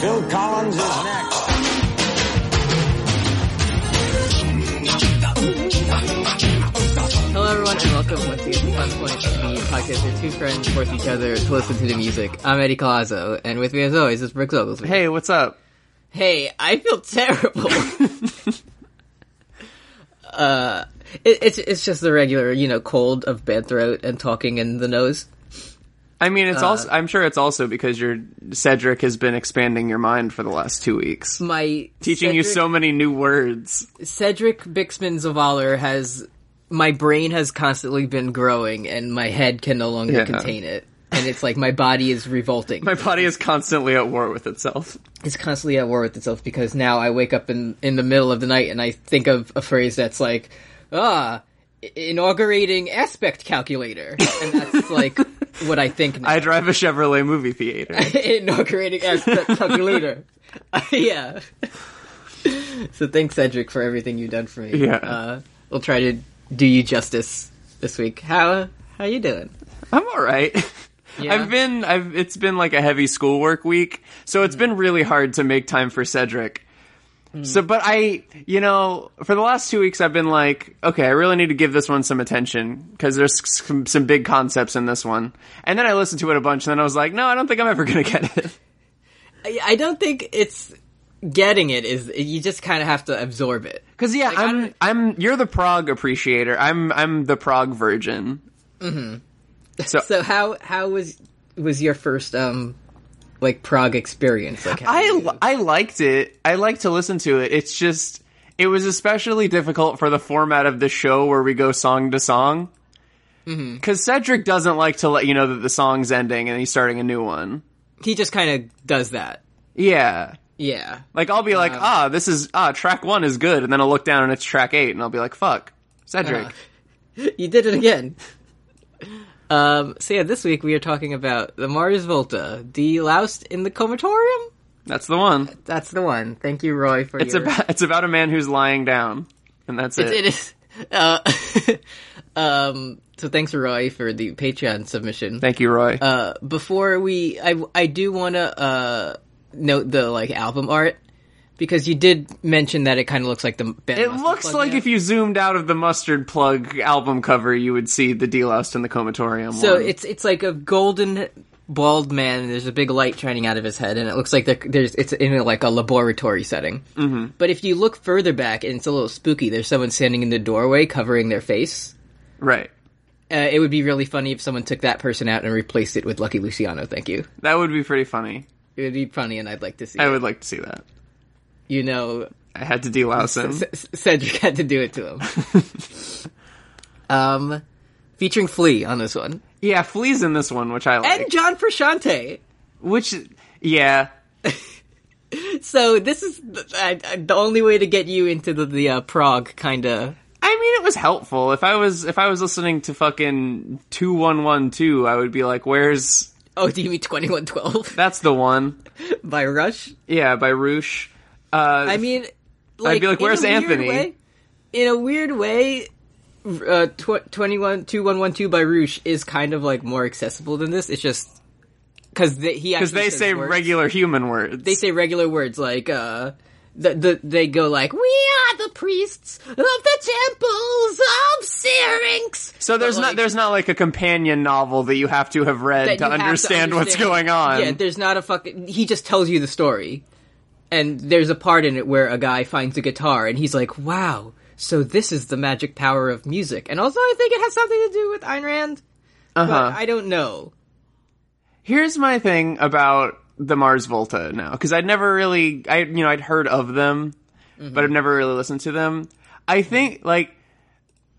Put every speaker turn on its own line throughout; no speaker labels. Jim Collins is next.
Hello, everyone, and welcome once again to Fun Point TV podcast where two friends force each other to listen to the music. I'm Eddie Colazo, and with me as always is Brooks Oglesby.
Hey, what's up?
Hey, I feel terrible. uh, it, it's it's just the regular, you know, cold of bad throat and talking in the nose.
I mean, it's also I'm sure it's also because your Cedric has been expanding your mind for the last 2 weeks,
My
teaching you so many new words.
Cedric Bixman Zavaller has my brain has constantly been growing, and my head can no longer
Yeah.
contain it. And it's like my body is revolting.
My body is constantly at war with itself.
is constantly at war with itself because now I wake up in in the middle of the night and I think of a phrase that's like, ah, i- inaugurating aspect calculator, and that's like what I think now.
I drive a Chevrolet movie theater.
inaugurating aspect calculator. yeah. so thanks, Cedric, for everything you've done for me.
Yeah.
uh, we'll try to do you justice this week. How how you doing?
I'm all right.
Yeah.
I've been I've it's been like a heavy schoolwork week, so it's been really hard to make time for Cedric. So but I, you know, for the last 2 weeks I've been like, okay, I really need to give this one some attention cuz there's some, some big concepts in this one. And then I listened to it a bunch and then I was like, no, I don't think I'm ever going to get it.
I, I don't think it's getting it. Is you just kind of have to absorb it.
Cuz yeah,
I
I'm
don't-
I'm you're the prog appreciator. I'm I'm the prog virgin.
So how how was was your first um like Prague experience? Like how did
I
you-
I liked it. I like to listen to it. It's just it was especially difficult for the format of the show where we go song to song. Because Cedric doesn't like to let you know that the song's ending and he's starting a new one.
he just kind of does that.
Yeah.
Yeah.
Like I'll be like, ah, this is ah, track one is good, and then I'll look down and it's track eight, and I'll be like, fuck, Cedric.
You did it again. um so yeah, this week we are talking about the Mars Volta, the Loust in the Comatorium?
That's the one.
That's the one. Thank you, Roy, for
It's
your
about it's about a man who's lying down, and that's it.
it is uh um so thanks Roy for the Patreon submission.
Thank you, Roy.
Uh, before we I I do want to uh note the like album art because you did mention that it kind of looks like the Ben
It
Mustard
looks
plug
like
now.
if you zoomed out of the mustard plug album cover, you would see the Deloused and the Comatorium.
so
one.
it's it's like a golden bald man and there's a big light shining out of his head and it looks like there- there's it's in like a laboratory setting. Mm-hmm. But if you look further back and it's a little spooky, there's someone standing in the doorway covering their face.
right.
Uh, it would be really funny if someone took that person out and replaced it with Lucky Luciano. Thank you.
That would be pretty funny.
It would be funny, and I'd like to see.
I
it.
would like to see that.
You know,
I had to delouse him.
C- C- Cedric had to do it to him. um, featuring Flea on this one
Yeah, fleas in this one, which I like.
and John Frusciante.
which, yeah,
So this is the, I, I- the only way to get you into the, the uh, Prague kind of.
I mean, it was helpful. If I was if I was listening to fucking two one one two, I would be like, "Where's
Oh, do you mean twenty one twelve
that's the one?"
by Rush?
Yeah, by Roosh. Uh,
I mean, like,
be like,
in a
"Where's
weird
Anthony?"
way- in a weird way, uh, tw- 21 2112 by Rush is kind of like more accessible than this. It's just because he
because
because
they say regular human words.
they say regular words like uh the, the, they go like we are the priests of the temples of syrinx
So there's
But,
not
like,
there's not like a companion novel that you have to have read
that
to
you have
understand, what's going on.
yeah there's not a fucking he just tells you the story and there's a part in it where a guy finds a guitar and he's like wow so this is the magic power of music and also i think it has something to do with Ayn Rand
Uh-huh.
but i don't know
Here's my thing about the Mars Volta now because I'd never really I you know I'd heard of them,
Mm-hmm.
but I've never really listened to them. I think like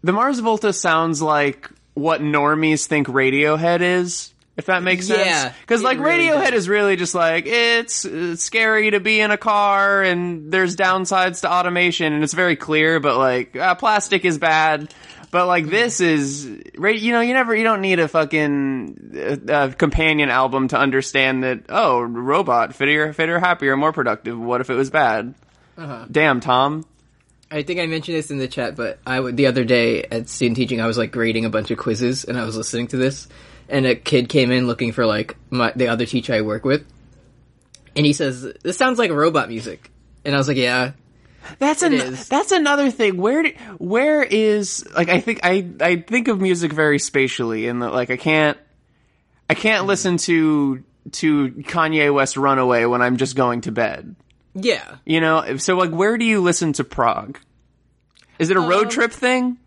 the Mars Volta sounds like what normies think Radiohead is. If that makes
Yeah,
sense, because
it
like
really
Radiohead
does.
is really just like it's, it's scary to be in a car, and there's downsides to automation, and it's very clear. But like uh, plastic is bad, but like this is, ra- you know, you never, you don't need a fucking uh, uh, companion album to understand that. Oh, robot fitter, fitter, happier, more productive. What if it was bad?
Uh-huh.
Damn, Tom.
I think I mentioned this in the chat, but I would the other day at student teaching, I was like grading a bunch of quizzes, and I was listening to this, and a kid came in looking for like my the other teacher I work with, and he says, "This sounds like robot music." And I was like, "Yeah."
That's an
is.
that's another thing. Where do, where is like I think I I think of music very spatially and that like I can't I
Hmm.
can't listen to to Kanye West Runaway when I'm just going to bed.
Yeah.
You know, so like where do you listen to Prague? Is it a
Um,
road trip thing?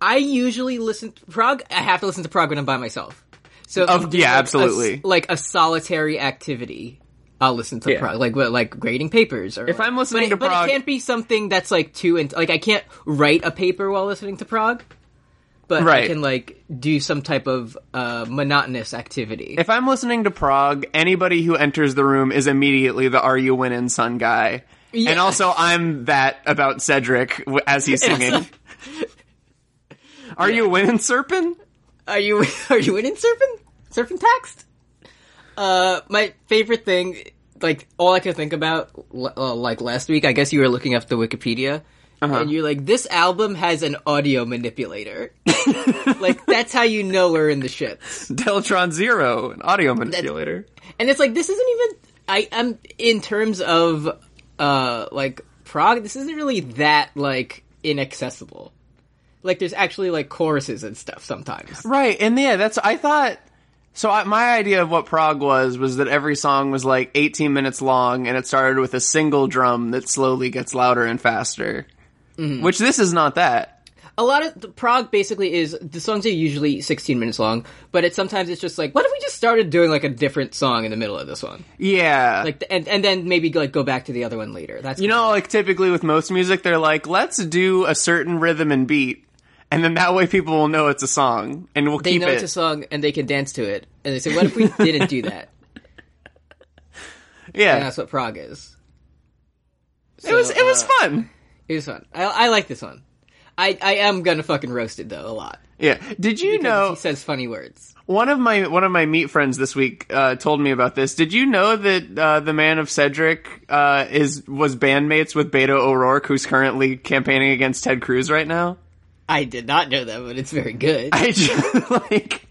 I usually listen to Prague. I have to listen to Prague when I'm by myself. So if
Of-
I'm doing,
yeah,
like, a s-
absolutely.
like a solitary activity. I'll listen to
Yeah.
Prague, like what- like grading papers. Or if
I'm listening to
but
Prague-
it can't be something that's like too in- like I can't write a paper while listening to Prague. But I
Right.
can like do some type of uh, monotonous activity.
If I'm listening to Prague, anybody who enters the room is immediately the "Are You Winning, Son" guy, and
Yeah.
also I'm that about Cedric w- as he's singing. Are you winning, Serpent?
Are you are you in surfing surfing text? Uh, my favorite thing, like all I could think about, l- uh, like last week, I guess you were looking up the Wikipedia, and you're like, this album has an audio manipulator. like that's how you know we're in the shits.
Deltron Zero, an audio manipulator.
And it's like this isn't even. I am in terms of uh like prog. This isn't really that like inaccessible. Like there's actually like choruses and stuff sometimes.
Right, and yeah, that's I thought. So I, my idea of what Prague was was that every song was like 18 minutes long, and it started with a single drum that slowly gets louder and faster.
Mm-hmm.
Which this is not that.
a lot of the prog basically is the songs are usually 16 minutes long but it's sometimes it's just like what if we just started doing like a different song in the middle of this one
Yeah,
like and and then maybe like go back to the other one later that's
You
kinda-
know, like typically with most music, they're like, let's do a certain rhythm and beat, and then that way people will know it's a song, and we'll
they
keep
know
it.
it's a song and they can dance to it and they say what if we didn't do that and
yeah,
that's what prog is
it was
So,
it was
uh,
fun.
it was fun I, I like this one I, I am gonna fucking roast it though a lot
Yeah. Did you
'Cause
know
he says funny words
one of my one of my meat friends this week uh, told me about this? Did you know that uh, the man of Cedric uh, is was bandmates with Beto O'Rourke, who's currently campaigning against Ted Cruz right now?
I did not know that but it's very good
I just, like,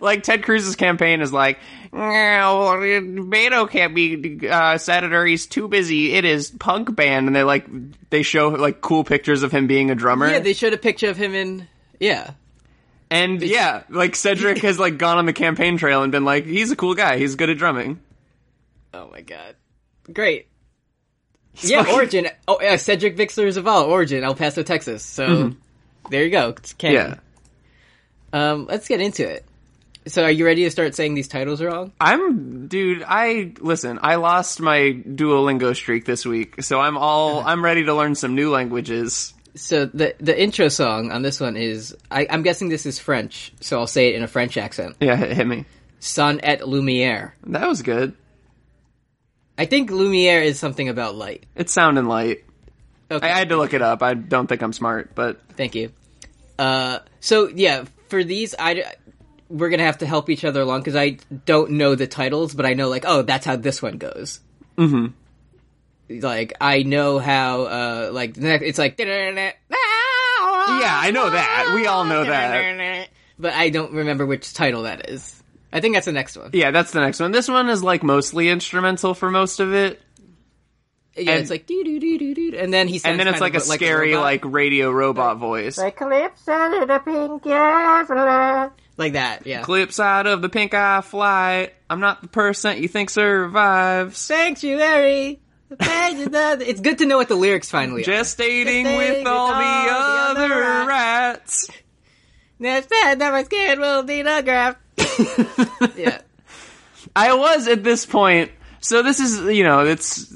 like Ted Cruz's campaign is like, no, Beto can't be uh, senator. He's too busy. It is punk band, and they like they show like cool pictures of him being a drummer.
yeah they showed a picture of him in yeah
and yeah, like Cedric has like gone on the campaign trail and been like, he's a cool guy. He's good at drumming.
Oh my god. Great. yeah,
fucking-
Origin. Oh, uh, Cedric Vixler Zavala, Origin, El Paso, Texas. So there you go. It's
Mm-hmm. Yeah,
canon. Um, let's get into it. So are you ready to start saying these titles wrong?
I'm dude. I listen. I lost my Duolingo streak this week, so I'm all I'm ready to learn some new languages.
So the the intro song on this one is I, I'm guessing this is French, so I'll say it in a French accent.
Yeah, hit hit me.
Sun et lumière.
That was good.
I think lumière is something about light.
It's sounding light.
Okay.
I had to look it up. I don't think I'm smart, but
Thank you. Uh, so yeah, for these, I we're gonna have to help each other along because I don't know the titles, but I know like, oh, that's how this one goes. Mm-hmm. Like I know how, uh, like the next- it's like, yeah, I
I know that. We all know that.
but I don't remember which title that is. I think that's the next one.
yeah, that's the next one. This one is like mostly instrumental for most of it,
Yeah,
and-
it's like do do do do do, and then he
and then it's like a scary like radio robot voice.
clips out of the pink eye, like that. Yeah,
Clips out of the pink eye fly. I'm not the person you think survives.
sanctuary. it's good to know what the lyrics finally are.
Gestating with
with
all the
all the
other
other
rats.
That's bad. That my skin will need a graph. yeah.
I was at this point. So this is, you know, it's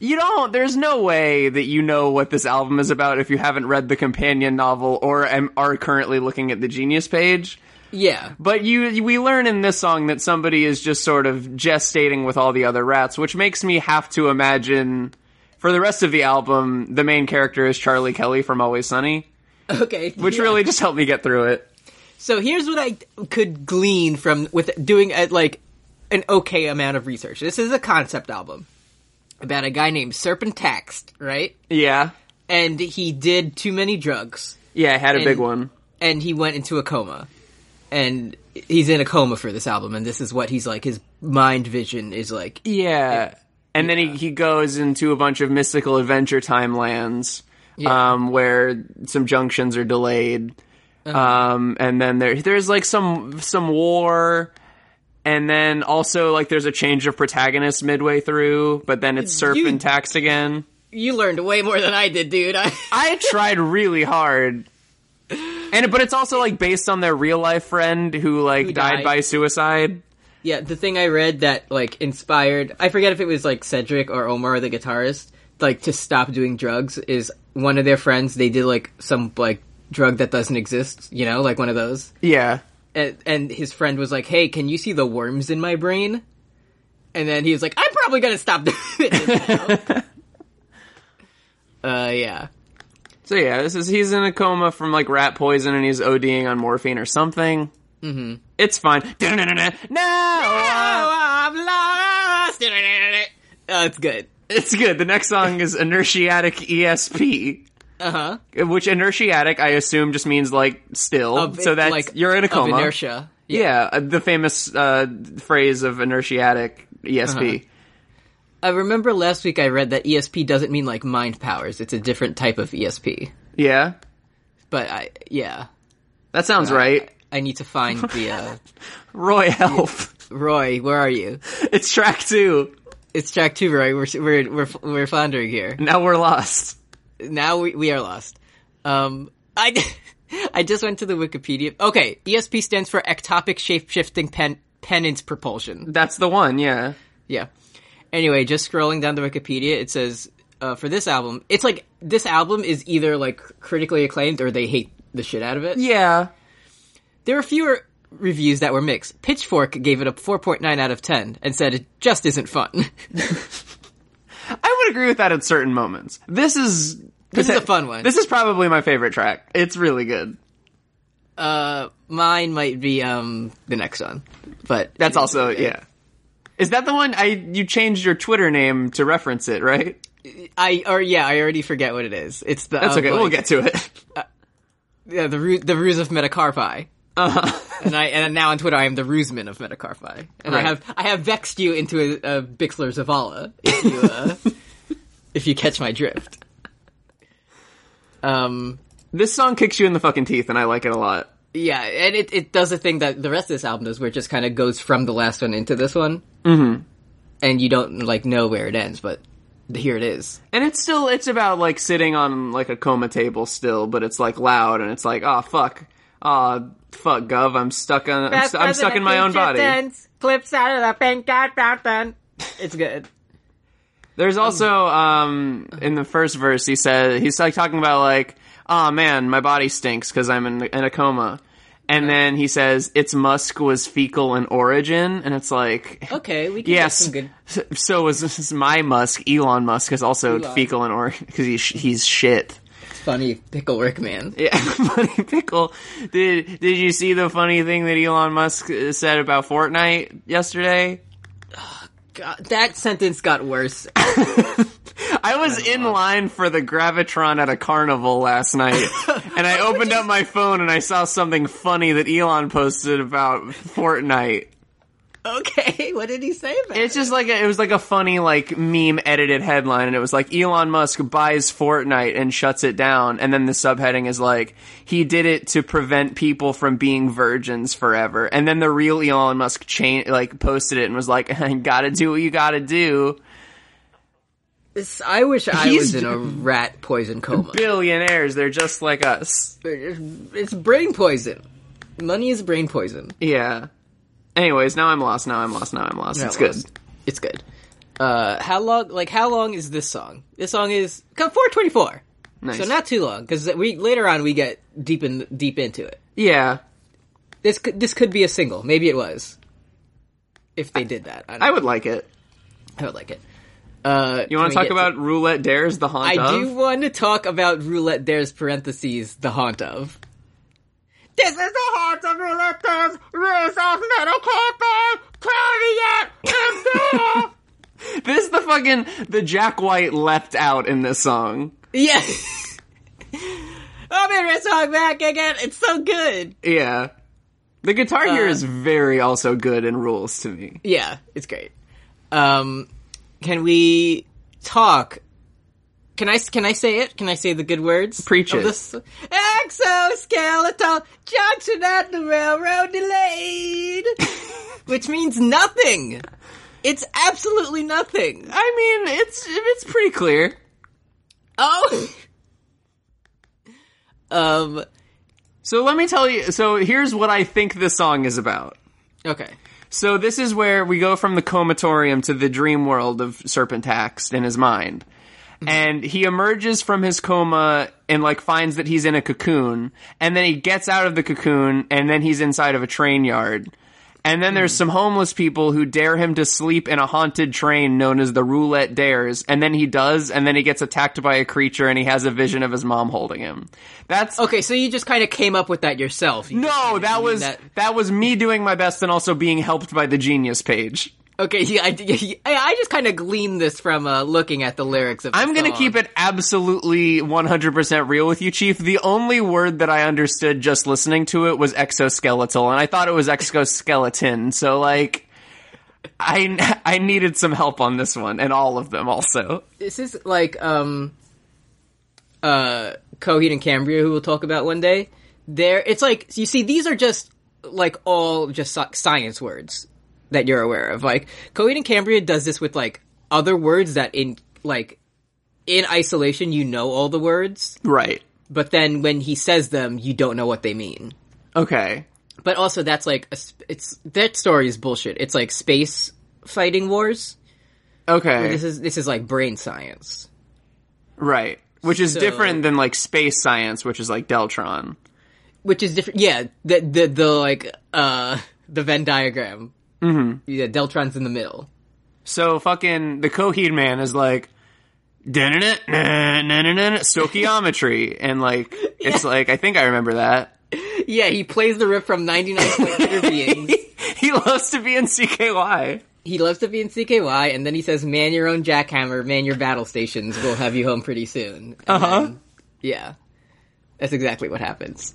you don't. There's no way that you know what this album is about if you haven't read the companion novel or am, are currently looking at the Genius page.
Yeah.
But you, we learn in this song that somebody is just sort of gestating with all the other rats, which makes me have to imagine. For the rest of the album, the main character is Charlie Kelly from Always Sunny,
Okay.
which
Yeah.
really just helped me get through it.
So here's what I could glean from with doing uh like an okay amount of research. This is a concept album about a guy named Serpent Taxt, right?
Yeah,
And he did too many drugs,
yeah, I had a
And-
big one.
and he went into a coma, and he's in a coma for this album. And this is what he's like. His mind vision is like
Yeah, and then he, he goes into a bunch of mystical adventure time lands um, where some junctions are delayed um, and then there there's like some some war and then also like there's a change of protagonist midway through but then it's serpent tax again
You learned way more than I did, dude. I,
I tried really hard. And but it's also like based on their real life friend who like died.
died.
by suicide.
yeah, the thing I read that like inspired I forget if it was like Cedric or Omar the guitarist like to stop doing drugs is one of their friends they did like some like drug that doesn't exist, you know, like one of those.
Yeah.
and, and his friend was like, "Hey, can you see the worms in my brain?" And then he was like, "I'm probably gonna stop doing it." now." uh, yeah,
So yeah, this is he's in a coma from like rat poison and he's ODing on morphine or something. Mm-hmm. It's fine. No,
Oh, Uh, it's good.
it's good. The next song is Inertiatic ESP,
Uh huh.
which inertiatic I assume just means like still. so that's you're in a coma.
Of inertia.
Yeah, uh, the famous uh, phrase of inertiatic E ESP.
I remember last week I read that ESP doesn't mean like mind powers; it's a different type of ESP.
Yeah,
But I, yeah,
that sounds right.
I need to find the uh,
Roy, help!
Roy. Where are you?
it's track two.
It's track two, Roy. We're we're we're, we're floundering here.
Now we're lost.
now we, we are lost. Um, I, I just went to the Wikipedia. Okay, ESP stands for ectopic shapeshifting pen, penance propulsion.
That's the one. Yeah,
Yeah. Anyway, just scrolling down the Wikipedia, it says uh, for this album, it's like this album is either like critically acclaimed or they hate the shit out of it.
yeah.
There were fewer reviews that were mixed. Pitchfork gave it a 4.9 out of 10 and said it just isn't fun.
I would agree with that at certain moments. This is
This is a fun one.
This is probably my favorite track. It's really good.
Mine might be um the next one, but
That's also yeah. Is that the one I you changed your Twitter name to reference it, right?
I or yeah, I already forget what it is. It's the
That's
um,
okay.
like-
We'll get to it.
Yeah, the Ru- the ruse of Metacarpi. and I and now on Twitter I am the Ruseman of Metacarpi, and I
Right.
have I have vexed you into a, a Bixler Zavala if you uh, if you catch my drift. Um,
This song kicks you in the fucking teeth, and I like it a lot.
yeah, and it it does a thing that the rest of this album does, where it just kind of goes from the last one into this one, mm-hmm. and you don't like know where it ends, but here it is.
And it's still it's about like sitting on like a coma table still, but it's like loud and it's like ah fuck ah fuck gov I'm stuck on I'm, st- I'm stuck in my own body.
Clips out of the pink It's good.
There's also um in the first verse he said he's like talking about like ah man my body stinks because I'm in in a coma. And then he says its musk was fecal in origin, and it's like
Okay, we can
yes,
get some good
s- so was my Musk. Elon Musk is also
Elon.
fecal in origin because he's he's shit.
funny pickle Rickman.
Yeah, funny pickle. Did did you see the funny thing that Elon Musk uh, said about Fortnite yesterday?
God, that sentence got worse.
I was in line for the Gravitron at a carnival last night, and I opened up my phone and I saw something funny that Elon posted about Fortnite.
Okay, what did he say about
It's just like a, it was like a funny like meme edited headline, and it was like Elon Musk buys Fortnite and shuts it down, and then the subheading is like he did it to prevent people from being virgins forever, and then the real Elon Musk chain like posted it and was like, "Gotta do what you gotta do."
This- I wish I
He's-
was in a rat poison coma.
Billionaires, they're just like us.
It's brain poison. Money is brain poison.
Yeah. Anyways, now I'm lost. Now I'm lost. Now I'm lost. it's
That
good.
was- It's good. Uh, how long? Like how long is this song? This song is four twenty four.
Nice.
So not too long because we later on we get deep in deep into it.
yeah.
This could, this could be a single. Maybe it was. If they did that, I, don't,
I would like it.
I would like it. Uh,
You want to talk about Roulette Dares, the haunt
I
of?
do want to talk about Roulette Dares parentheses the haunt of. This is the haunt of Roulette Dares, Rules of Metal Corpo, Claudia himself.
This is the fucking the Jack White left out in this song.
yeah. I'm in Red Song back again. It's so good.
Yeah. The guitar here
Uh,
is very also good in rules to me.
Yeah, it's great. Um, Can we talk? Can I can I say it? Can I say the good words?
Preach
of
it.
This? Exoskeletal junction at the railroad delayed, which means nothing. It's absolutely nothing.
I mean, it's it's pretty clear.
Oh. um.
So let me tell you. So here's what I think the song is about.
Okay.
So this is where we go from the comatorium to the dream world of Serpent Taxed in his mind.
Mm-hmm.
And he emerges from his coma and like finds that he's in a cocoon and then he gets out of the cocoon and then he's inside of a train yard. And then
Mm.
there's some homeless people who dare him to sleep in a haunted train known as the Roulette Dares and then he does and then he gets attacked by a creature and he has a vision of his mom holding him. That's
Okay. So you just kind of came up with that yourself. You
No,
I
that
mean
was
that-
that was me doing my best and also being helped by the genius page.
Okay, yeah, I, yeah, I I just kind of gleaned this from uh, looking at the lyrics of. The
I'm going to
song.
keep it absolutely 100% real with you, Chief. The only word that I understood just listening to it was exoskeletal, and I thought it was exoskeleton. so, like, I, I needed some help on this one, and all of them also.
This is like um, uh, Coheed and Cambria, who we'll talk about one day. There, it's like you see, these are just like all just sci- science words that you're aware of. Like Coheed and Cambria does this with like other words that in like in isolation you know all the words,
Right.
but then when he says them, you don't know what they mean.
Okay.
But also, that's like a, sp- it's that story is bullshit. It's like space fighting wars.
Okay.
This is this is like brain science.
right. Which is
So-
different than, like, space science, which is like Deltron.
Which is different yeah, the the the like uh the Venn diagram. Mm-hmm. Yeah, Deltron's in the middle.
So fucking the Coheed man is like "Dun-dun-dun, na-na-na-na-na, stoichiometry and like it's like I think I remember that.
Yeah, he plays the riff from 99 Other Beings.
he loves to be in CKY.
He loves to be in CKY, and then he says, "Man your own jackhammer, man your battle stations. We'll have you home pretty soon." Uh
Uh-huh.
Yeah, that's exactly what happens.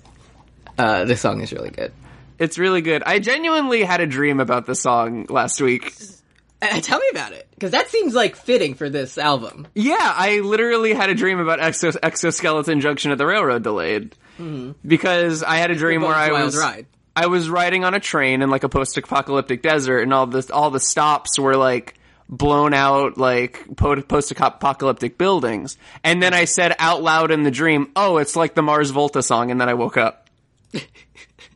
Uh, this song is really good.
It's really good. I genuinely had a dream about the song last week.
Uh, tell me about it, because that seems like fitting for this album.
Yeah, I literally had a dream about exos- exoskeleton junction at the railroad delayed
Mm-hmm.
because I had a dream where I
Wild
was
Ride.
I was riding on a train in like a post-apocalyptic desert, and all the all the stops were like blown out like po- post-apocalyptic buildings. And then I said out loud in the dream, "Oh, it's like the Mars Volta song," and then I woke up.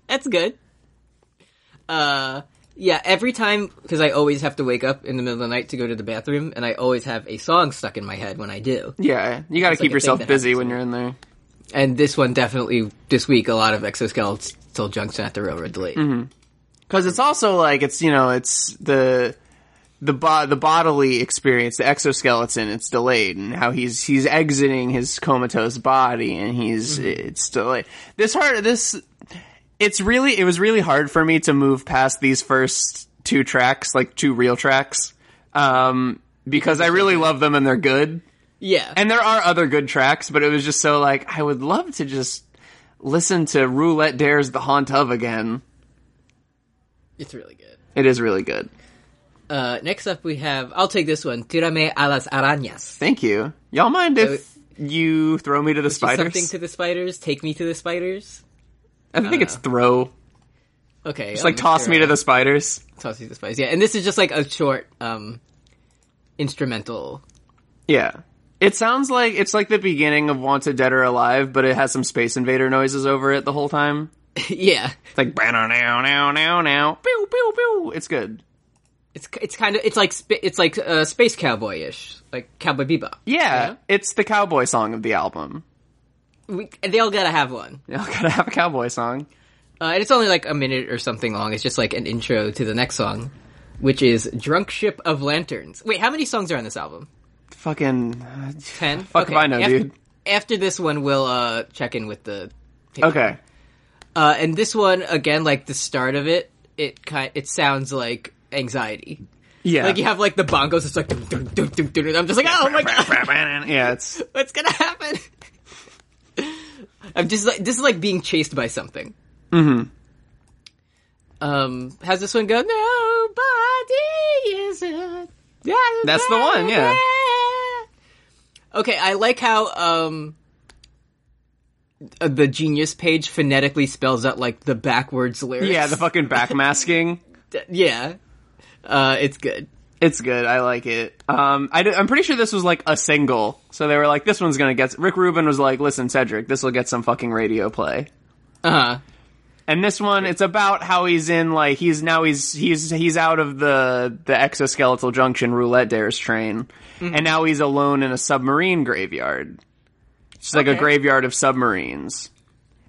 That's good. Uh, yeah, every time, because I always have to wake up in the middle of the night to go to the bathroom, and I always have a song stuck in my head when I do.
Yeah, you got
like
to
a
keep
thing
yourself
that
busy
happens
when you're in there.
And this one definitely, this week, a lot of exoskeletal junction at the railroad delay.
Mm-hmm. because it's also like it's you know it's the the bo- the bodily experience the exoskeleton it's delayed and how he's he's exiting his comatose body and he's it's delayed this hard this it's really it was really hard for me to move past these first two tracks like two real tracks um because I really love them and they're good
Yeah,
and there are other good tracks but it was just so like I would love to just listen to Roulette Dares the Haunt of again
it's really good.
it is really good
Uh, next up we have, I'll take this one, Tirame a las arañas.
Thank you. Y'all mind if you throw me to the spiders?
Something to the spiders, take me to the spiders.
I think it's throw.
Okay.
It's like toss me to the spiders.
Toss me to the spiders, yeah. And this is just like a short, um, instrumental.
Yeah. It sounds like it's like the beginning of Wanted Dead or Alive, but it has some Space Invader noises over it the whole time.
yeah.
It's like now now now now pew pew pew. It's good.
It's it's kind of it's like sp- it's like uh, space cowboy-ish, like Cowboy Bebop.
Yeah,
Yeah.
it's the cowboy song of the album.
We, they all gotta have one,
Y'all gotta have a cowboy song.
uh, and it's only like a minute or something long. It's just like an intro to the next song, which is "Drunk Ship of Lanterns." Wait, how many songs are on this album?
Fucking
Ten.
Fuck if I know,
after,
dude.
After this one, we'll uh, check in with the.
okay.
Uh, and this one again, like the start of it, it kind it sounds like anxiety.
Yeah.
Like you have like the bongos. It's like dun, dun, dun, dun, dun, dun. I'm just like, oh my god.
yeah, it's
What's gonna happen? I'm just like this is like being chased by something. Mm-hmm. Um, how's this one go? Nobody is a Yeah,
That's the one, yeah.
Okay, I like how um uh, the genius page phonetically spells out like the backwards lyrics.
Yeah, the fucking backmasking.
yeah. Uh, it's good.
It's good. I like it. Um, I, am pretty sure this was like a single, so they were like, "This one's gonna get." s-" Rick Rubin was like, "Listen, Cedric, this will get some fucking radio play."
Uh huh.
And this one, it's about how he's in like he's now he's he's he's out of the the exoskeletal junction roulette dares train,
Mm-hmm.
and now he's alone in a submarine graveyard. It's like a
Okay. Mm-hmm.
graveyard of submarines,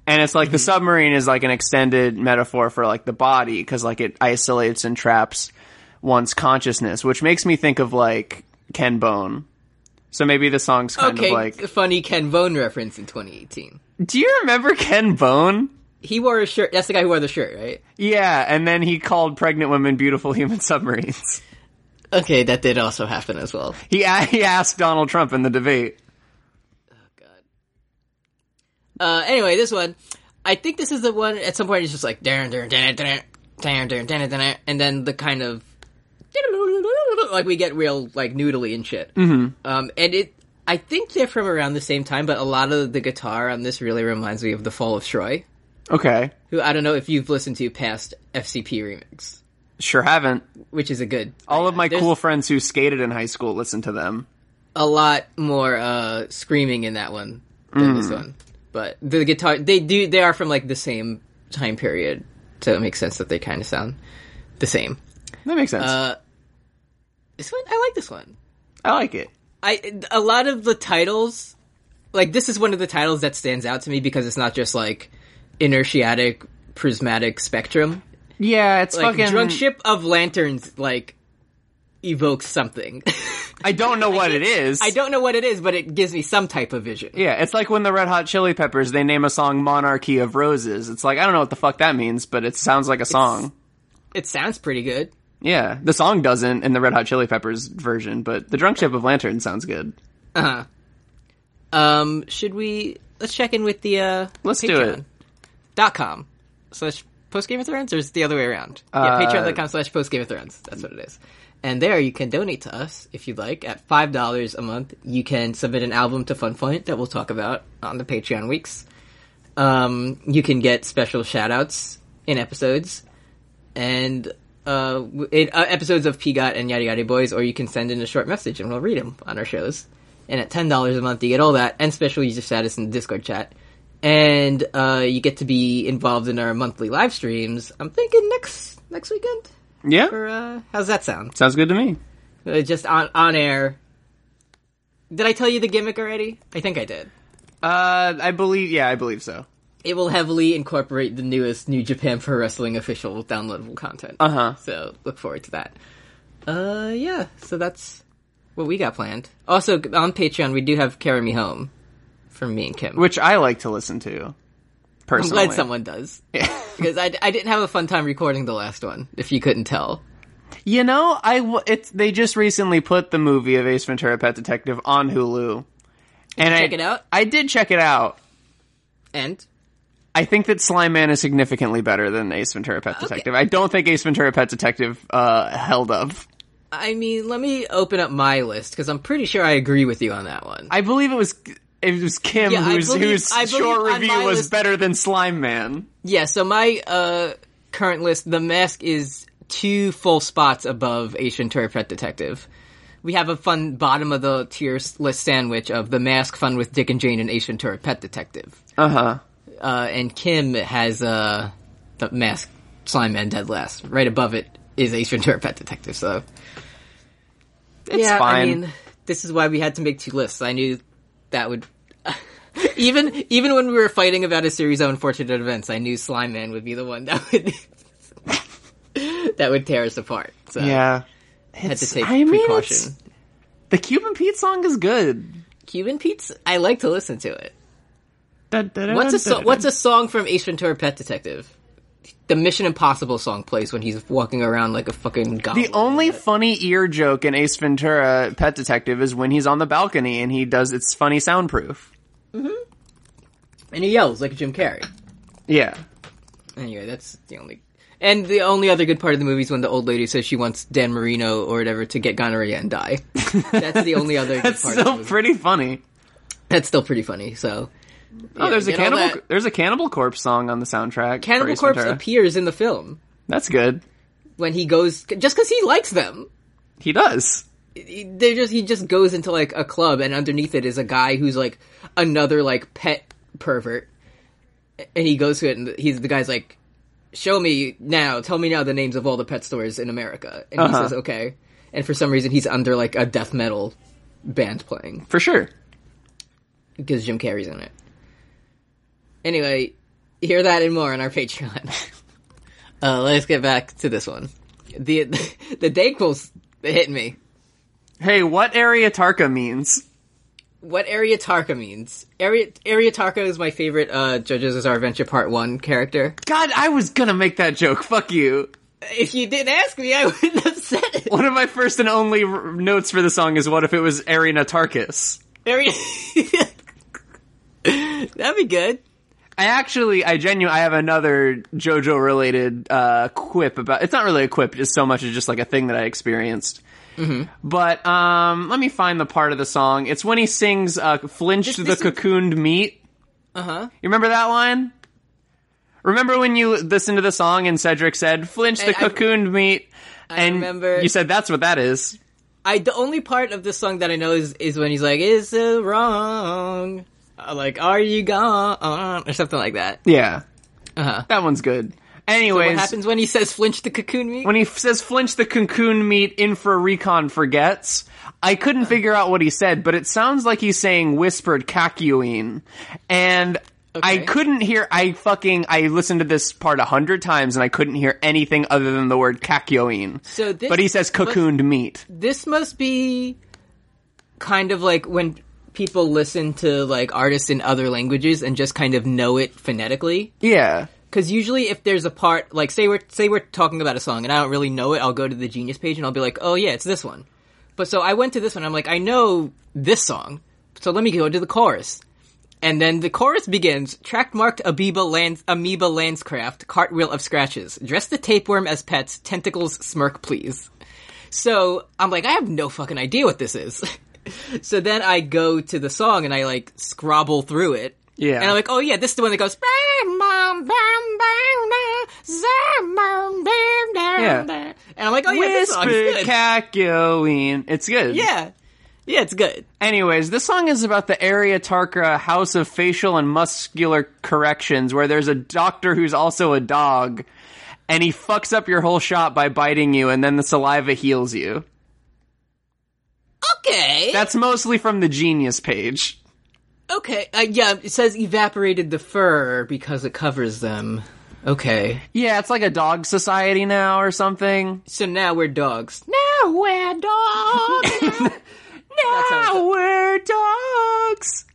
and it's like the submarine is like an extended metaphor for like the body because like it isolates and traps one's consciousness, which makes me think of like Ken Bone. So maybe the song's kind
Okay,
of like.
funny Ken Bone reference in 2018.
Do you remember Ken Bone?
He wore a shirt. That's the guy who wore the shirt, right?
Yeah, and then he called pregnant women beautiful human submarines.
Okay, that did also happen as well.
He a- he asked Donald Trump in the debate.
Uh, anyway, this one, I think this is the one. At some point, it's just like darn, darn, darn, darn, darn, darn, darn, darn, and then the kind of like we get real like noodly and shit. Mm-hmm. Um, and it, I think they're from around the same time, but a lot of the guitar on this really reminds me of the Fall of Troy,
Okay,
who I don't know if you've listened to past FCP remix,
sure haven't.
which is a good.
All of my
There's
cool friends who skated in high school listen to them.
a lot more uh, screaming in that one than this one. But the guitar, they do, they are from like the same time period, so it makes sense that they kind of sound the same.
That makes sense.
Uh, This one, I like this one.
I like it.
I a lot of the titles, like this is one of the titles that stands out to me because it's not just like inertiatic prismatic spectrum.
Yeah, it's
Like
fucking
drunk ship of lanterns, like evokes something.
I don't know what it is.
I don't know what it is, but it gives me some type of vision.
Yeah, it's like when the Red Hot Chili Peppers they name a song "Monarchy of Roses." It's like I don't know what the fuck that means, but it sounds like a song.
It sounds pretty good.
Yeah, the song doesn't in the Red Hot Chili Peppers version, but the Drunk Ship of Lantern sounds good.
Um, should we let's check in with the uh
Let's do it.
dot com slash post Game of Thrones or is it the other way around?
Uh,
yeah, patreon.com slash post Game of Thrones. That's what it is. And there you can donate to us if you'd like at five dollars a month. You can submit an album to Fun Point that we'll talk about on the Patreon weeks. Um, you can get special shout outs in episodes and uh, w- in, uh episodes of Pigot and Yada Yada Boys, or you can send in a short message and we'll read them on our shows. And at ten dollars a month, you get all that and special user status in the Discord chat, and uh, you get to be involved in our monthly live streams. I'm thinking next next weekend.
Yeah,
Or, uh, how's that sound?
sounds good to me.
Uh, just on on air. Did I tell you the gimmick already? I think I did.
Uh, I believe. Yeah, I believe so.
It will heavily incorporate the newest New Japan Pro Wrestling official downloadable content.
Uh huh.
So look forward to that. Uh, yeah. So that's what we got planned. Also on Patreon, we do have "Carry Me Home" from me and Kim.
which I like to listen to.
I'm
Personally,
glad someone does because I, I didn't have a fun time recording the last one. If you couldn't tell,
you know, I w- it's they just recently put the movie of Ace Ventura: Pet Detective on Hulu, and
check
I,
it out?
I did check it out.
and
I think that Slime Man is significantly better than Ace Ventura: Pet Detective. I don't think Ace Ventura: Pet Detective uh, held up.
I mean, let me open up my list because I'm pretty sure I agree with you on that one.
I believe it was it was Kim
Yeah, I
whose
believe-
whose
I believe
short
on
review
my
was
list-
better than Slime Man.
Yeah, so my uh, current list, the mask is two full spots above Asian Turret Detective. We have a fun bottom of the tier s- list sandwich of the mask, fun with Dick and Jane, and Asian Turret Pet Detective.
Uh huh.
Uh, and Kim has uh, the mask, Slime Man Dead Last. Right above it is Asian Turret Pet Detective. So
It's
yeah,
fine.
I mean, uh, this is why we had to make two lists. I knew that would. even even when we were fighting about a series of unfortunate events, I knew Slime Man would be the one that would that would tear us apart. So
yeah.
I had to
It's-
take
I mean, it's-
precaution.
The Cuban Pete song is good.
Cuban Pete's. I like to listen to it. What's
What's
a so- what's a song from Ace Ventura: Pet Detective? The Mission Impossible song plays when he's walking around like a fucking goblin.
The only funny ear joke in Ace Ventura: Pet Detective is when he's on the balcony and he does it's funny soundproof.
and he yells like Jim Carrey.
Yeah,
Anyway, that's the only. And the only other good part of the movie is when the old lady says she wants Dan Marino or whatever to get gonorrhea and die. That's the only other good
That's
part. Of the
still
movie.
pretty funny.
That's still pretty funny. So,
Oh,
Yeah,
there's a
get all
cannibal.
that-
There's a Cannibal Corpse song on the soundtrack.
Cannibal
Ace
Corpse
Ventura.
appears in the film
That's good.
when he goes just because he likes them.
He does.
they just he just goes into like a club and underneath it is a guy who's like another like pet pervert and he goes to it and he's the guy's like show me now tell me now the names of all the pet stores in america and he says okay and for some reason he's under like a death metal band playing
For sure.
because jim carrey's in it anyway hear that and more on our patreon uh let's get back to this one the the danquils hit me
Hey, what area Tarka means?
what Area Tarka means. Area Area Tarka is my favorite uh Judges Is Our Adventure Part 1 character.
God, I was gonna make that joke. Fuck you.
If you didn't ask me, I wouldn't have said it.
One of my first and only r- notes for the song is what if it was Arena Tarkus?
Area That'd be good.
I actually, I genuinely, I have another JoJo related uh, quip about. It's not really a quip, just so much as just like a thing that I experienced.
Mm-hmm.
But um, let me find the part of the song. It's when he sings uh, "Flinched
this
the
is-
cocooned meat."
Uh-huh.
You remember that line? Remember when you listened to the song and Cedric said "Flinch the
I- I-
cocooned meat," and
remember-
you said that's what that is.
I the only part of this song that I know is is when he's like, "Is it wrong?" Uh, Like, "Are you gone?" or something like that.
Yeah,
Uh-huh.
that one's good. Anyways,
What happens when he says "flinch the cocoon meat"?
when he f- says flinch the cocoon meat infra recon forgets i couldn't figure out what he said but it sounds like he's saying whispered cacuine and i
Okay.
couldn't hear i fucking i listened to this part a hundred times and i couldn't hear anything other than the word cacuine
So this
but he says cocooned meat
this must be kind of like when people listen to like artists in other languages and just kind of know it phonetically
yeah
because usually if there's a part like say we're say we're talking about a song and i don't really know it i'll go to the genius page and i'll be like oh yeah it's this one but so i went to this one i'm like i know this song so let me go to the chorus and then the chorus begins track marked amoeba, lands, amoeba landscraft cartwheel of scratches dress the tapeworm as pets tentacles smirk please so i'm like i have no fucking idea what this is so then i go to the song and i like scrabble through it
Yeah.
and i'm like oh yeah this is the one that goes yeah. and i'm like oh yeah this song's
whispered
good
cacuine it's good
yeah yeah it's good
Anyways, this song is about the Area Tarka House of Facial and Muscular Corrections, where there's a doctor who's also a dog, and he fucks up your whole shot by biting you, and then the saliva heals you.
okay
That's mostly from the Genius page.
Okay, uh, yeah, it says evaporated the fur because it covers them. Okay.
Yeah, it's like a dog society now or something.
So now we're dogs. Now we're dogs! now
Ah,
it's,
we're dogs.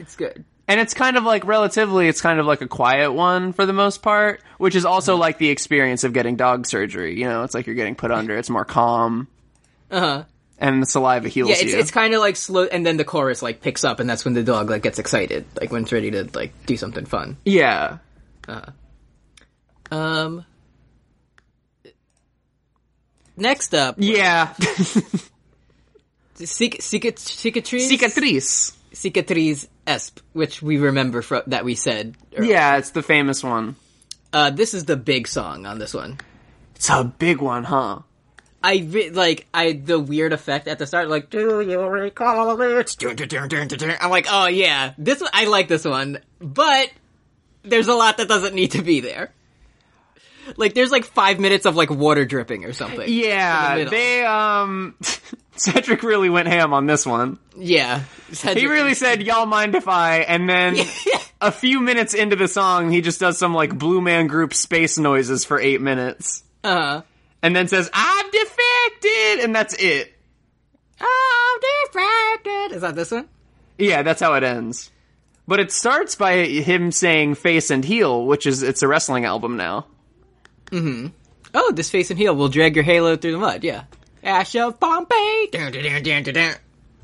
it's good.
And it's kind of like relatively, it's kind of like a quiet one for the most part, which is also
Mm-hmm.
like the experience of getting dog surgery. You know, it's like you're getting put under. It's more calm. Uh
Uh-huh.
And the saliva heals
Yeah, it's,
you.
it's kind of like slow, and then the chorus, like, picks up, and that's when the dog, like, gets excited, like, when it's ready to, like, do something fun.
yeah.
Um. Next up,
Yeah.
cic- cicat- cicatrice?
Cicatrice.
cicatrice esp, which we remember fro- that we said. earlier.
Yeah, it's the famous one.
Uh, this is the big song on this one.
It's a big one, huh?
I re- like I the weird effect at the start, like do you recall it? Dun, dun, dun, dun, dun, dun. I'm like, oh yeah, this one, I like this one, but there's a lot that doesn't need to be there. Like there's like five minutes of like water dripping or something.
Yeah.
middle.
they, um, Cedric really went ham on this one.
yeah.
He really said, y'all mind if I, and then
Uh-huh.
a few minutes into the song, he just does some like Blue Man Group space noises for eight minutes.
uh,
And then says, I'm defected! And that's it.
oh, distracted. Is that this one?
Yeah, that's how it ends. But it starts by him saying face and heel, which is, it's a wrestling album now.
Oh, this face and heel will drag your halo through the mud. Yeah, Ash of Pompeii. Dun, dun, dun, dun, dun, dun.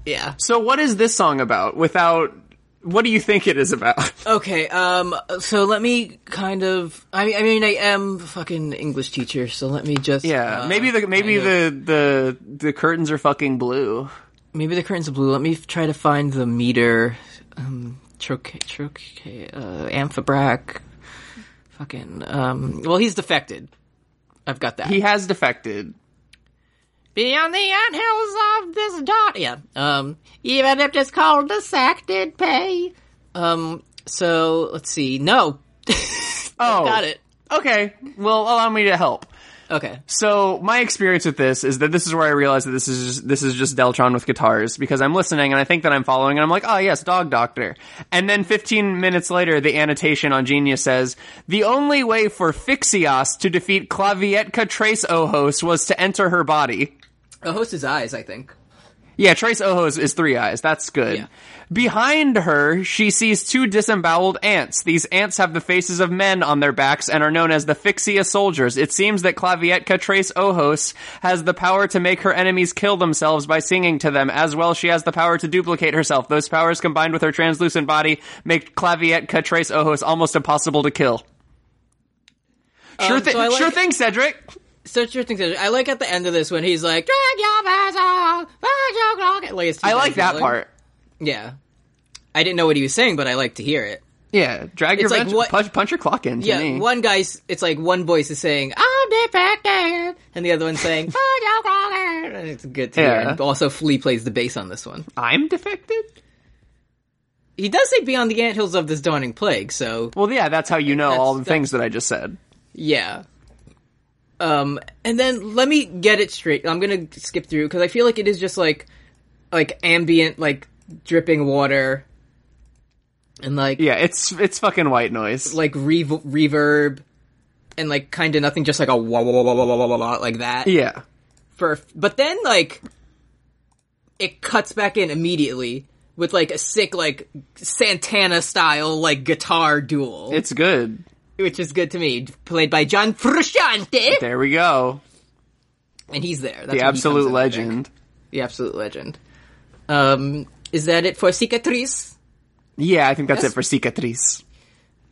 Yeah.
So what is this song about without what do you think it is about?
Okay, um, so let me kind of. I mean, I mean, I am a fucking English teacher, so let me just.
Yeah,
uh,
maybe the maybe
kind of-
the, the the curtains are fucking blue.
maybe the curtains are blue. Let me f- try to find the meter. Um, troche, troche, uh, amphibrach. Fucking. Um, well, he's defected. I've got that.
He has defected.
Beyond the anthills of this dot. Yeah. Um. Even if it's called the sack did pay. Um. So let's see. No.
Oh,
got it.
Okay, well, allow me to help.
Okay.
So my experience with this is that this is where I realized that this is just, this is just Deltron with guitars because I'm listening and I think that I'm following and I'm like, oh yes, Dog Doctor. And then 15 minutes later, the annotation on Genius says the only way for Fixios to defeat Clavietka Trace Ojos was to enter her body.
A host's eyes, I think.
Yeah, Trace Ojos is three eyes. That's good.
Yeah.
Behind her, she sees two disemboweled ants. These ants have the faces of men on their backs and are known as the Fixia soldiers. It seems that Clavietka Trace Ojos has the power to make her enemies kill themselves by singing to them. As well, she has the power to duplicate herself. Those powers combined with her translucent body make Clavietka Trace Ojos almost impossible to kill. Sure,
Um,
thi-
so I like-
sure thing, Cedric.
So sure things. I like at the end of this when he's like, "Drag your vessel, drag your clock." Like, it's too
I like
bad,
that
really.
part.
Yeah. I didn't know what he was saying, but I like to hear it.
Yeah, drag your
It's like
veg-
what-
punch, punch your clock in. to
Yeah,
me.
one guy's it's like one voice is saying "I'm defected," and the other one's saying "Fuck your clock." And It's good to hear.
Yeah.
And also, Flea plays the bass on this one.
I'm defected.
He does say "Beyond the Anthills of this dawning plague," so
Well, yeah, that's how you know all the
That's-
things that I just said.
Yeah. Um, and then let me get it straight. I'm gonna skip through because I feel like it is just like, like ambient, like dripping water, and like
Yeah, it's it's fucking white noise.
like rev- reverb, and like kind of nothing, just like a wah wah wah wah wah wah wah wah like that.
Yeah,
For but then like, it cuts back in immediately with like a sick like Santana style like guitar duel,
it's good.
which is good to me, played by John Frusciante.
There we go.
and he's there. That's
The
when he comes in,
absolute
I think.
legend.
The absolute legend. Um, is that it for Cicatrice?
Yeah, I think that's
Yes.
it for Cicatrice.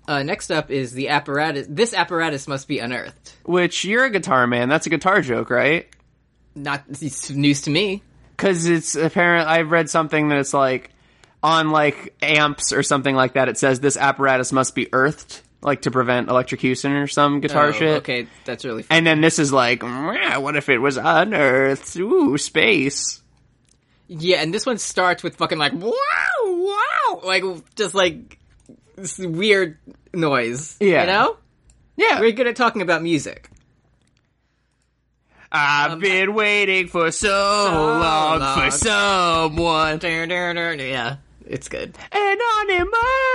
Uh, next up is the apparatus. This apparatus must be unearthed.
Which you're a guitar man. That's a guitar joke, right?
Not it's news to me.
Because it's apparent. I've read something that it's like on like amps or something like that. It says this apparatus must be earthed, like to prevent electrocution or some guitar
Oh,
shit.
Okay, that's really. Fun.
And then this is like, "Mwah, what if it was unearthed? Ooh, space.
yeah, and this one starts with fucking like wow, wow, like just like this weird noise.
Yeah.
you know,
Yeah,
we're good at talking about music.
I've been waiting for Um, so, long,
long.
for someone.
Yeah, it's good.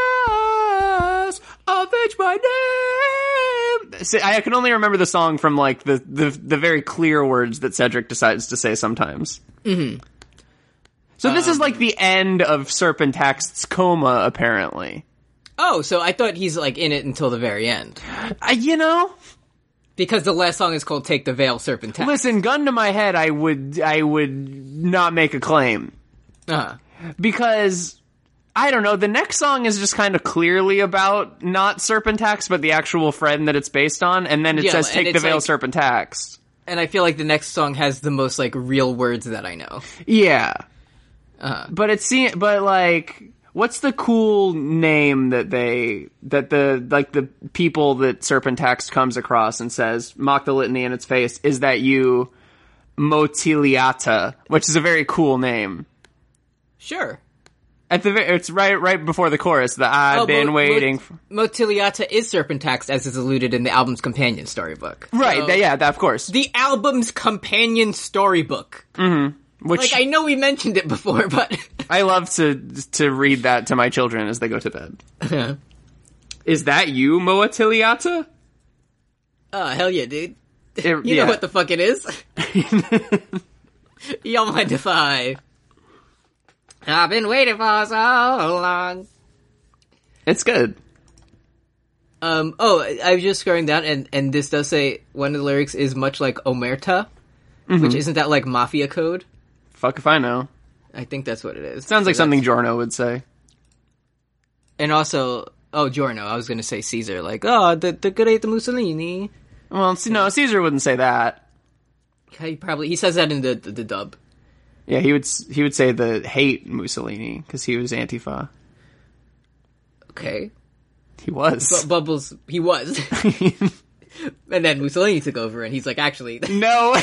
Anonymous, I'll fetch my name. See, I can only remember the song from like the, the the very clear words that Cedric decides to say sometimes. Mm-hmm. Um, So this is like the end of Serpentax's coma, apparently.
Oh, so I thought he's like in it until the very end
Uh, you know,
because the last song is called "Take the Veil, Serpentine."
listen, gun to my head, I would I would not make a claim.
Uh-huh.
because I don't know. The next song is just kind of clearly about not Serpentax, but the actual friend that it's based on, and then it
Yeah,
says
and
"Take the
it's
veil,
like-
Serpentax."
and I feel like the next song has the most like real words that I know.
Yeah,
Uh-huh.
but it's see, but like, what's the cool name that they that the like the people that Serpentax comes across and says mock the litany in its face? Is that you, Motiliata? Which is a very cool name.
Sure.
At the ve- it's right right before the chorus. The I've
Oh,
been
Mo-
waiting.
Mo-
for-
Motiliata is Serpentax as is alluded in the album's companion storybook.
Right,
So-
th- yeah, that, of course.
The album's companion storybook.
Which
Like I know we mentioned it before, but
I love to to read that to my children as they go to bed. Is that you, Moa Tiliata?
oh hell yeah, dude.
It-
You
yeah.
know what the fuck it is. Y'all mind if I? I've been waiting for so long.
it's good.
Um, oh, I- I was just scrolling down, and, and this does say one of the lyrics is much like Omerta,
Mm-hmm.
which isn't that like mafia code?
Fuck if I know.
I think that's what it is.
Sounds like
So that's-
something Jorno would say.
and also oh Giorno, I was gonna say Caesar, like oh the the great Mussolini.
Well, see, no, Caesar wouldn't say that.
He probably he says that in the the, the dub.
Yeah, he would s- he would say the hate Mussolini because he was Antifa.
Okay,
He was.
but Bubbles he was, and then Mussolini took over, and he's like actually
no,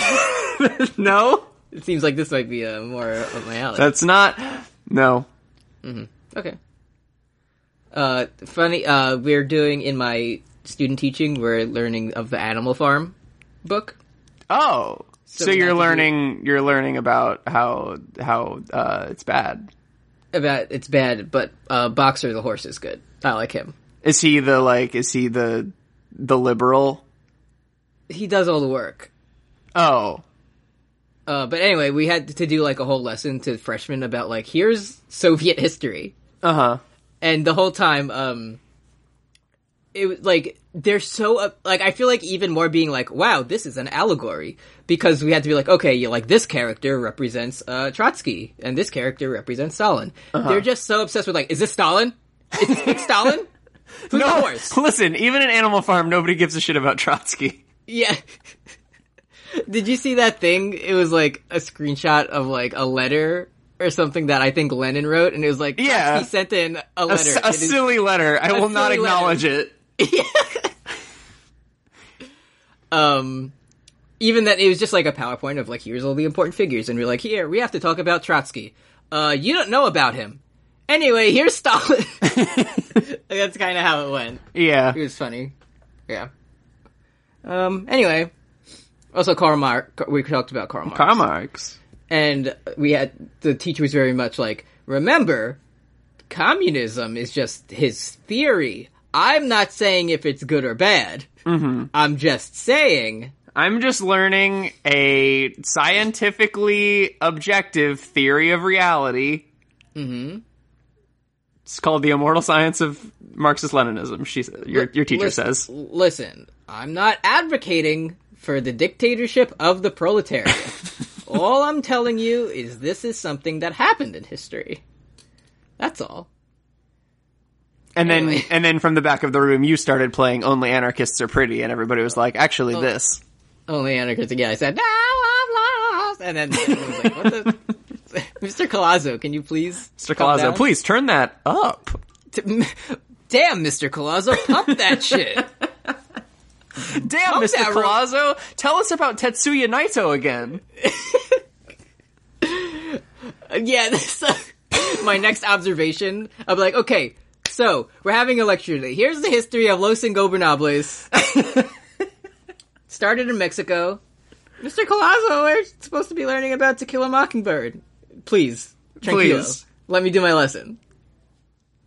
no,
it seems like this might be uh, more of my alley.
that's not. No,
Okay. Uh, funny. Uh, we're doing in my student teaching. We're learning of the Animal Farm book.
Oh, so,
So we have
you're
to do-
learning you're learning about how how uh, it's bad.
About it's bad, but uh, Boxer the horse is good. I like him.
Is he the like? Is he the the liberal?
He does all the work.
Oh,
Uh, but anyway, we had to do like a whole lesson to freshmen about like here's Soviet history,
uh huh.
and the whole time, um, it was like they're so up- like I feel like even more being like, wow, this is an allegory because we had to be like, okay, you like this character represents uh, Trotsky and this character represents Stalin. They're just so obsessed with like, is this Stalin? Is this big Stalin? Who's the horse?
listen. Even in Animal Farm, nobody gives a shit about Trotsky.
Yeah. Did you see that thing? It was like a screenshot of like a letter or something that I think Lennon wrote, and it was like
Yeah.
he sent in a
A,
letter.
s- a
It is-
silly letter. I will not
silly letter.
acknowledge it.
um, even that it was just like a PowerPoint of like here's all the important figures, and we're like here we have to talk about Trotsky. Uh, you don't know about him. Anyway, here's Stalin. Like, That's kind of how it went.
Yeah.
It was funny. Yeah. Um. Anyway, also Karl Marx. We talked about Karl Marx.
Karl Marx.
and we had the teacher was very much like, remember, communism is just his theory. I'm not saying if it's good or bad. Mm-hmm. I'm just saying
I'm just learning a scientifically objective theory of reality. Mm-hmm. It's called the immortal science of Marxist-Leninism. She, your, your teacher
listen,
says.
Listen, I'm not advocating for the dictatorship of the proletariat. all I'm telling you is this is something that happened in history. That's all.
And then,
Anyway.
and then from the back of the room, you started playing "Only Anarchists Are Pretty," and everybody was like, "Actually, this."
Only anarchist again. I said, "Now I'm lost," and then I was like, "What the." Mr. Colazzo, can you please,
Mr.
calm
Colazzo,
down?
please turn that up.
Damn, Mr. Colazzo, pump that shit.
Damn, Mr.
that room.
Colazzo, tell us about Tetsuya Naito again.
yeah, this, my next observation. I'm like, okay, so we're having a lecture today. Here's the history of Los Ingobernables. Started in Mexico. Mr. Colazzo, we're supposed to be learning about To Kill a Mockingbird. Please, tranquilo.
Please.
Let me do my lesson.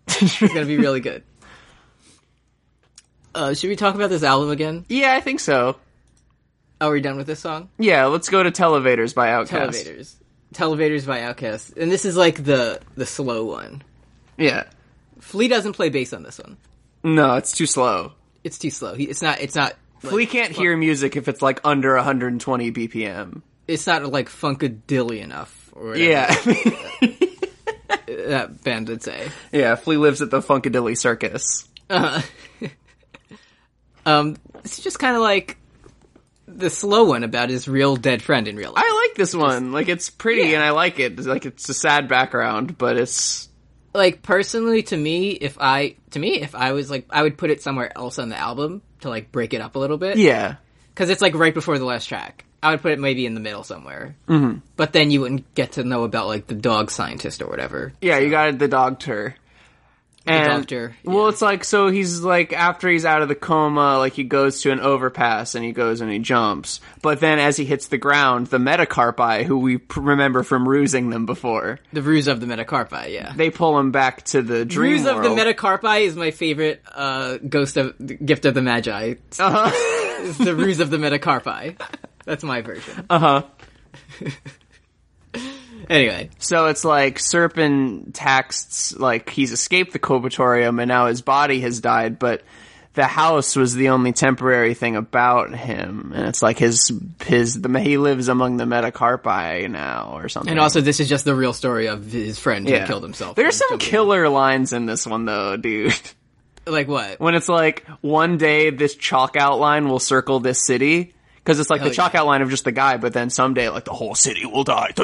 It's gonna be really good. Uh, should we talk about this album again?
yeah, I think so.
Are we done with this song?
Yeah, let's go to Televators by Outkast.
Televators. Televators by Outkast. And this is like the the slow one.
Yeah.
Flea doesn't play bass on this one.
No, it's too slow.
It's too slow. He, it's not it's not like,
Flea can't hear music if it's like under 120 BPM.
it's not like funkadilly enough or whatever
Yeah.
that band would say.
yeah, Flea lives at the Funkadilly Circus.
Um it's just kind of like the slow one about his real dead friend in real life.
I like this one. Like, it's pretty
Yeah.
and I like it. Like, it's a sad background, but it's.
like personally to me if I to me if I was like I would put it somewhere else on the album to like break it up a little bit.
Yeah.
because it's like right before the last track. I would put it maybe in the middle somewhere, mm-hmm. but then you wouldn't get to know about like the dog scientist or whatever.
Yeah, you got the doctor.
doctor,
Well,
yeah.
it's like so he's like after he's out of the coma, like he goes to an overpass and he goes and he jumps. But then as he hits the ground, the metacarpi, who we p- remember from rusing them before,
The ruse of the metacarpi, yeah.
they pull him back to the dream
ruse of the
world.
metacarpi is my favorite uh, ghost of gift of the magi.
Uh-huh.
It's the ruse of the metacarpi. That's my version. Uh
Uh-huh.
huh. anyway,
So it's like Serpent taxed, like he's escaped the Cobatorium and now his body has died, but the house was the only temporary thing about him, and it's like his his the he lives among the metacarpi now or something.
And also, this is just the real story of his friend who killed himself.
There's
and
some
killed-
killer lines in this one though, dude.
like what?
when it's like one day this chalk outline will circle this city because it's like the
yeah.
chalk outline of just the guy, but then someday like the whole city will die.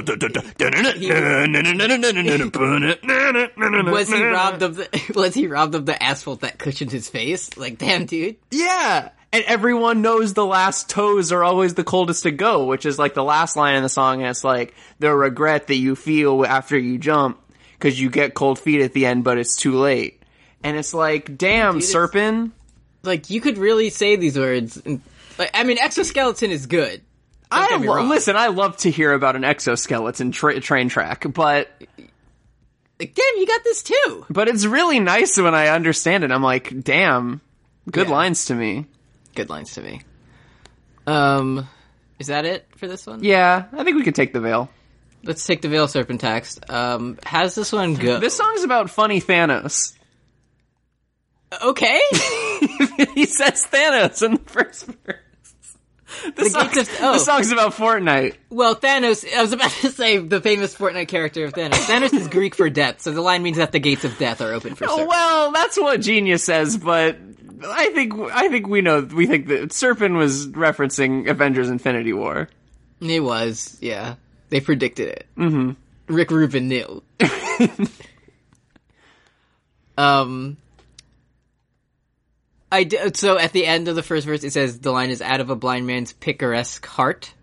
Was
Was
he robbed of the? Was he robbed of the asphalt that cushioned his face? Like, damn, dude.
Yeah. And everyone knows the last toes are always the coldest to go, which is like the last line in the song. And it's like the regret that you feel after you jump because you get cold feet at the end, but it's too late. And it's like, damn,
it's-
Serpin.
Like, you could really say these words. and- Like, I mean, exoskeleton is good. Don't
I
get me
lo-
wrong.
listen. I love to hear about an exoskeleton tra- train track, but
Like, damn, you got this too.
but it's really nice when I understand it. I'm like, damn, good
Yeah.
lines to me.
Good lines to me. Um, is that it for this one?
Yeah, I think we could take the veil.
Let's take the veil serpent text. Um, how's this one go?
This song's about funny Thanos.
okay.
he says Thanos in the first verse. The,
gates of- oh.
the song's about Fortnite.
well, Thanos. I was about to say the famous Fortnite character of Thanos. Thanos is Greek for death, so the line means that the gates of death are open for.
Oh,
serpent.
well, that's what Genius says, but I think I think we know. We think that Serpin was referencing Avengers: Infinity War.
It was, yeah. They predicted it. Mm-hmm. Rick Rubin knew. um, I d- so at the end of the first verse, it says the line is out of a blind man's picaresque heart.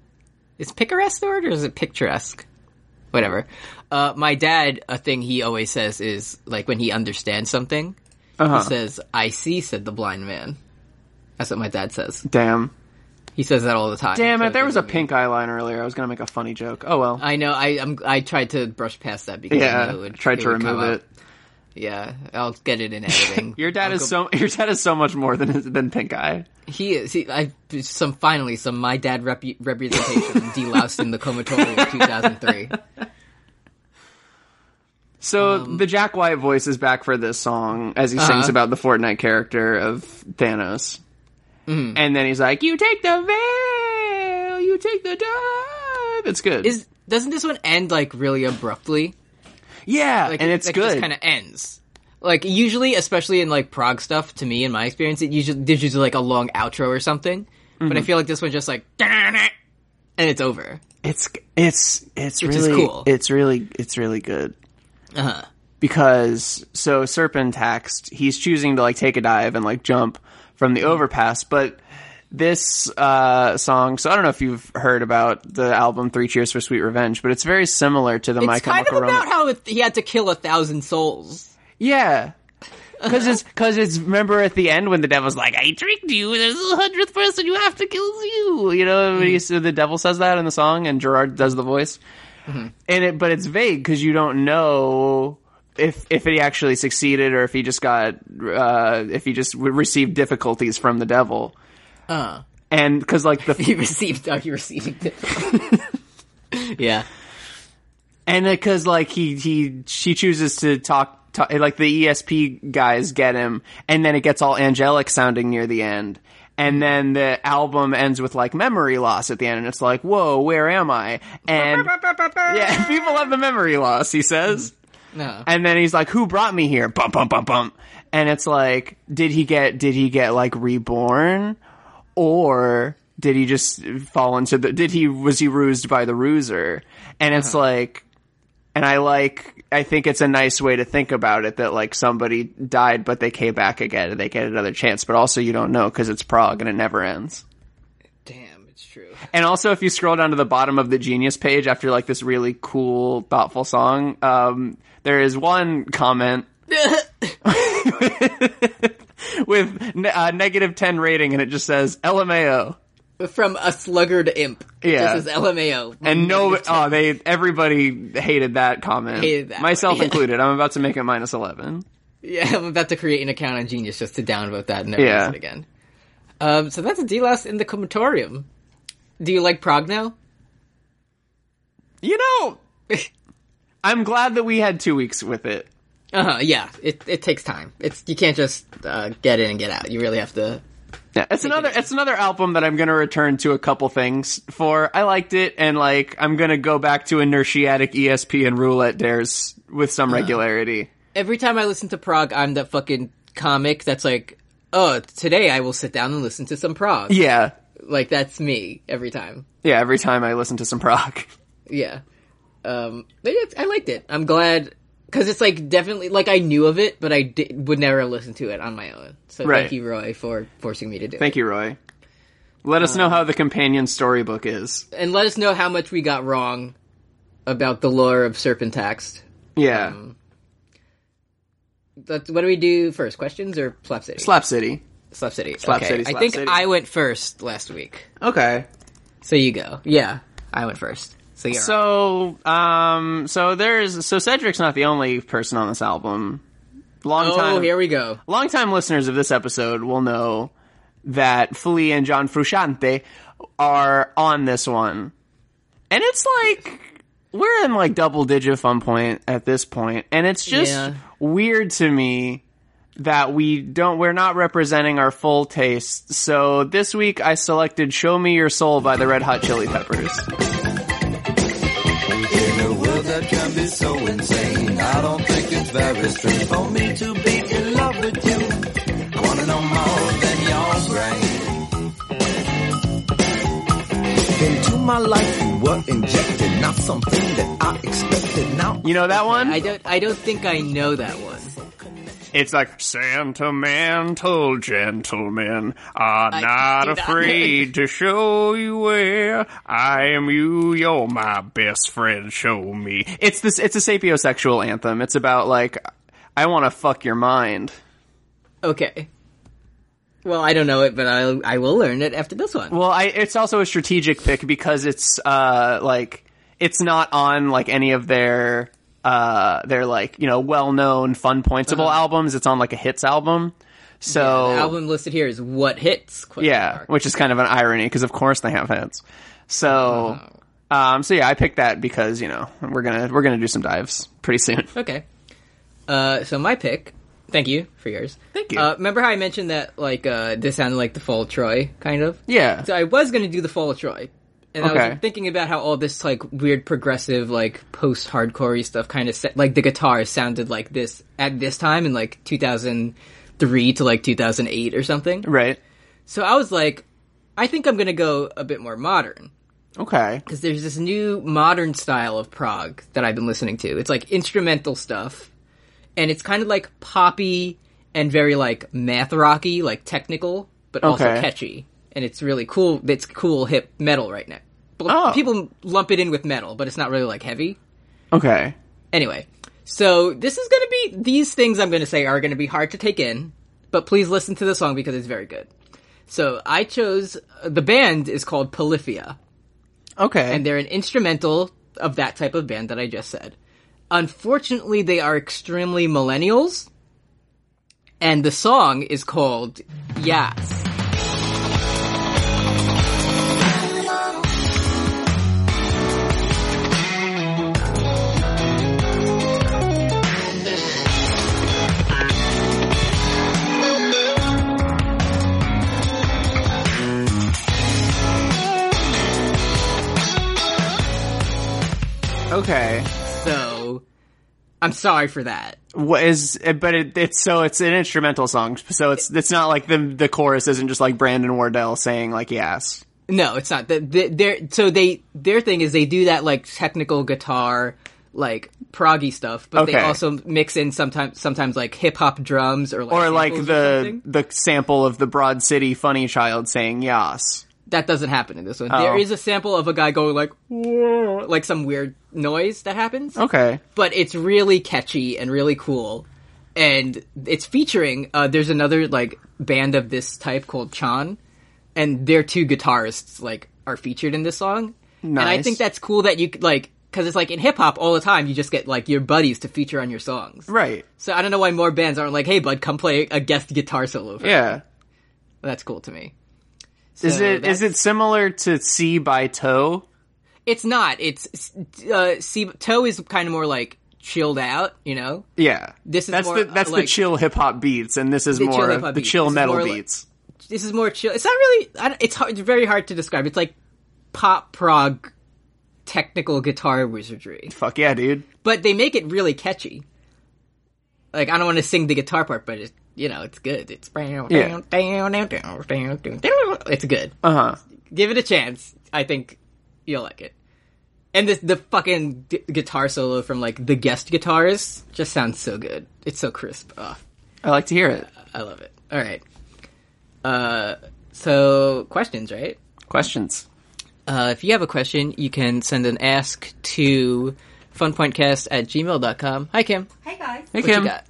Is picaresque the word, or is it picturesque? Whatever. Uh, my dad, a thing he always says is like when he understands something,
Uh-huh.
he says, "I see," said the blind man. That's what my dad says.
Damn.
He says that all the time.
Damn
so
it! There was a
doesn't mean-
pink eyeline earlier. I was gonna make a funny joke. Oh well.
I know. I I'm, I tried to brush past that because I
yeah,
knew it would,
tried to
would come
remove
up.
it.
Yeah, I'll get it in editing.
Your dad
I'll
is
go-
so your dad is so much more than than pink eye.
he is he, I some finally some my dad repu- representation deloused in the comatorium of 2003.
So the Jack White voice is back for this song as he sings
Um, Uh-huh.
about the Fortnite character of Thanos,
Mm-hmm.
and then he's like, "You take the veil, you take the dove." It's good.
Is doesn't this one end like really abruptly?
yeah,
Like,
and it's
like,
good.
Just kind of ends. Like usually, especially in like prog stuff, to me in my experience, it usually there's usually like a long outro or something. But
Mm-hmm.
I feel like this one just like and it's over.
it's it's it's
is
really
cool.
it's really it's really good
Uh huh.
because so serpent taxed he's choosing to like take a dive and like jump from the overpass but this uh song so i don't know if you've heard about the album three cheers for sweet revenge but it's very similar to the my
It's kind of
chemical
about
romance
how it, he had to kill a thousand souls.
yeah because it's because it's remember at the end when the devil's like i tricked you there's a hundredth person you have to kill you you know when he- so the devil says that in the song and gerard does the voice and it but it's vague because you don't know if if he actually succeeded or if he just got uh if he just w- received difficulties from the devil
Uh.
and because like the
He received. Oh, he received it. yeah.
and because like he he she chooses to talk, talk like the esp guys get him and then it gets all angelic sounding near the end and then the album ends with like memory loss at the end and it's like whoa where am i and yeah people have the memory loss he says
No.
and then he's like, "Who brought me here?" Bump, bump, bump, bump. And it's like, did he get? Did he get like reborn, or did he just fall into the? Did he was he rused by the ruser? And it's like, and I like, I think it's a nice way to think about it that like somebody died, but they came back again and they get another chance. But also, you don't know because it's Prague and it never ends.
Damn, it's true.
And also, if you scroll down to the bottom of the Genius page after like this really cool, thoughtful song, um, there is one comment with ne- uh, negative 10 rating and it just says LMAO.
From a sluggard imp.
Yeah.
Just as LMAO.
And no, oh, they, everybody hated that comment.
Hated that
Myself
one.
included. I'm about to make it minus 11.
Yeah, I'm about to create an account on Genius just to downvote that and never
Yeah.
use it again. Um, so that's a D-Last in the Comatorium. Do you like Prog now?
You know, I'm glad that we had two weeks with it.
Uh huh. Yeah. It it takes time. It's you can't just uh, get in and get out. You really have to.
Yeah, it's another it's another album that I'm gonna return to a couple things for. I liked it, and like I'm gonna go back to inertiatic ESP and roulette dares with some regularity.
Every time I listen to prog, I'm the fucking comic that's like, oh, today I will sit down and listen to some prog.
Yeah,
Like that's me every time.
yeah. Every time I listen to some prog.
Yeah. Um, but yeah, I liked it. I'm glad because it's like definitely like I knew of it, but I di- would never listen to it on my own. So
Right.
thank you, Roy, for forcing me to do
Thank you, Roy. Let us know how the companion storybook is.
it. And let us know how much we got wrong about the lore of Serpentax.
Yeah,
Um, That's, what do we do first? Questions or Slap City?
Slap City.
Slap City.
Slap
okay.
City,
I
Slap
think
City.
I went first last week.
Okay.
So you go. Yeah, I went first. So you're so,
So, um, so there's so Cedric's not the only person on this album. Long
Oh,
time,
here we go.
long time listeners of this episode will know that Flea and John Frusciante are on this one, and it's like we're in like double digit fun point at this point, and it's just
Yeah.
weird to me that we don't we're not representing our full taste. So this week I selected "Show Me Your Soul" by the Red Hot Chili Peppers.
In a world that can be so insane, I don't think it's very strange for me to be in love with you. I wanna know more than your brain. Into my life you were injected, not something that I expected. Now
You know that one?
I don't. I don't think I know that one.
It's like sentimental gentlemen are
I
not
can see that.
afraid to show you where I am. You, you're my best friend. Show me. It's this. It's a sapiosexual anthem. It's about like I want to fuck your mind.
Okay. Well, I don't know it, but I'll, I will learn it after this one.
Well, I, it's also a strategic pick because it's uh like it's not on like any of their uh their like you know well known fun pointable albums. It's on like a hits album. So
the album listed here is what hits. question
Yeah,
mark.
which is kind of an irony because of course they have heads. So, um, so yeah, I picked that because you know we're gonna we're gonna do some dives pretty soon.
Okay. Uh, so my pick. Thank you for yours.
Thank you.
Uh, remember how I mentioned that like uh, this sounded like the Fall of Troy, kind of.
Yeah,
So I was going to do the Fall of Troy, and I was
Okay.
like, thinking about how all this like weird progressive, like post-hardcorey stuff, kind of set, like the guitar sounded like this at this time in like 2003 to like 2008 or something.
right.
So I was like, I think I'm going to go a bit more modern
Okay,
because there's this new modern style of prog that I've been listening to. It's like instrumental stuff, and it's kind of like poppy and very like math rocky, like technical, but also
Okay.
catchy. And it's really cool. It's cool hip metal right now. But
Oh.
People lump it in with metal, but it's not really like heavy.
okay,
Anyway, so this is going to be these things I'm going to say are going to be hard to take in, but please listen to the song because it's very good. So I chose uh, the band is called Polyphia
okay.
and they're an instrumental of that type of band that I just said. Unfortunately, they are extremely millennials, and the song is called Yas.
okay.
So, I'm sorry for that.
What is? But it, it's so it's an instrumental song, so it's it's not like the the chorus isn't just like Brandon Wardell saying like yes.
No, it's not. The, the, their, so they their thing is they do that like technical guitar, like proggy stuff, but they
Okay.
also mix in sometimes sometimes like hip hop drums or like
Or like
samples
the
something.
the sample of the Broad City Funny Child saying yes.
that doesn't happen in this one.
Oh.
There is a sample of a guy going like "Whoa," like some weird noise that happens.
Okay.
but it's really catchy and really cool. And it's featuring, uh, there's another, like, band of this type called Chan, and their two guitarists, like, are featured in this song. And I
Nice.
think that's cool that you, could, like, cause it's like in hip hop all the time, you just get, like, your buddies to feature on your songs.
Right.
So I don't know why more bands aren't like, hey bud, come play a guest guitar solo. For me."
Yeah.
That's cool to me.
Is
So
it is
that's-
it similar to C by Toe?
It's not. It's, uh, see, Toe is kind of more like chilled out, you know?
Yeah,
This is
that's
more,
the that's
like-
the chill hip hop beats, and this is
The chill
more
hip hop
the
beats.
chill
This is
metal
more like-
beats.
This is more chill. It's not really, I don't, it's hard, it's very hard to describe. It's like pop prog technical guitar wizardry.
Fuck yeah, dude.
But they make it really catchy. Like, I don't want to sing the guitar part, but it's, you know, it's good. It's down, down, down, down, down, down, down. It's good.
Uh huh.
Give it a chance. I think you'll like it. And this, the fucking gu- guitar solo from like the guest guitars just sounds so good. It's so crisp. Oh,
I like to hear it.
I love it. All right. Uh, so questions, right?
Questions.
Uh, if you have a question, you can send an ask to funpointcast at gmail.com. Hi, Kim.
Hi guys.
Hey
What
Kim.
you got?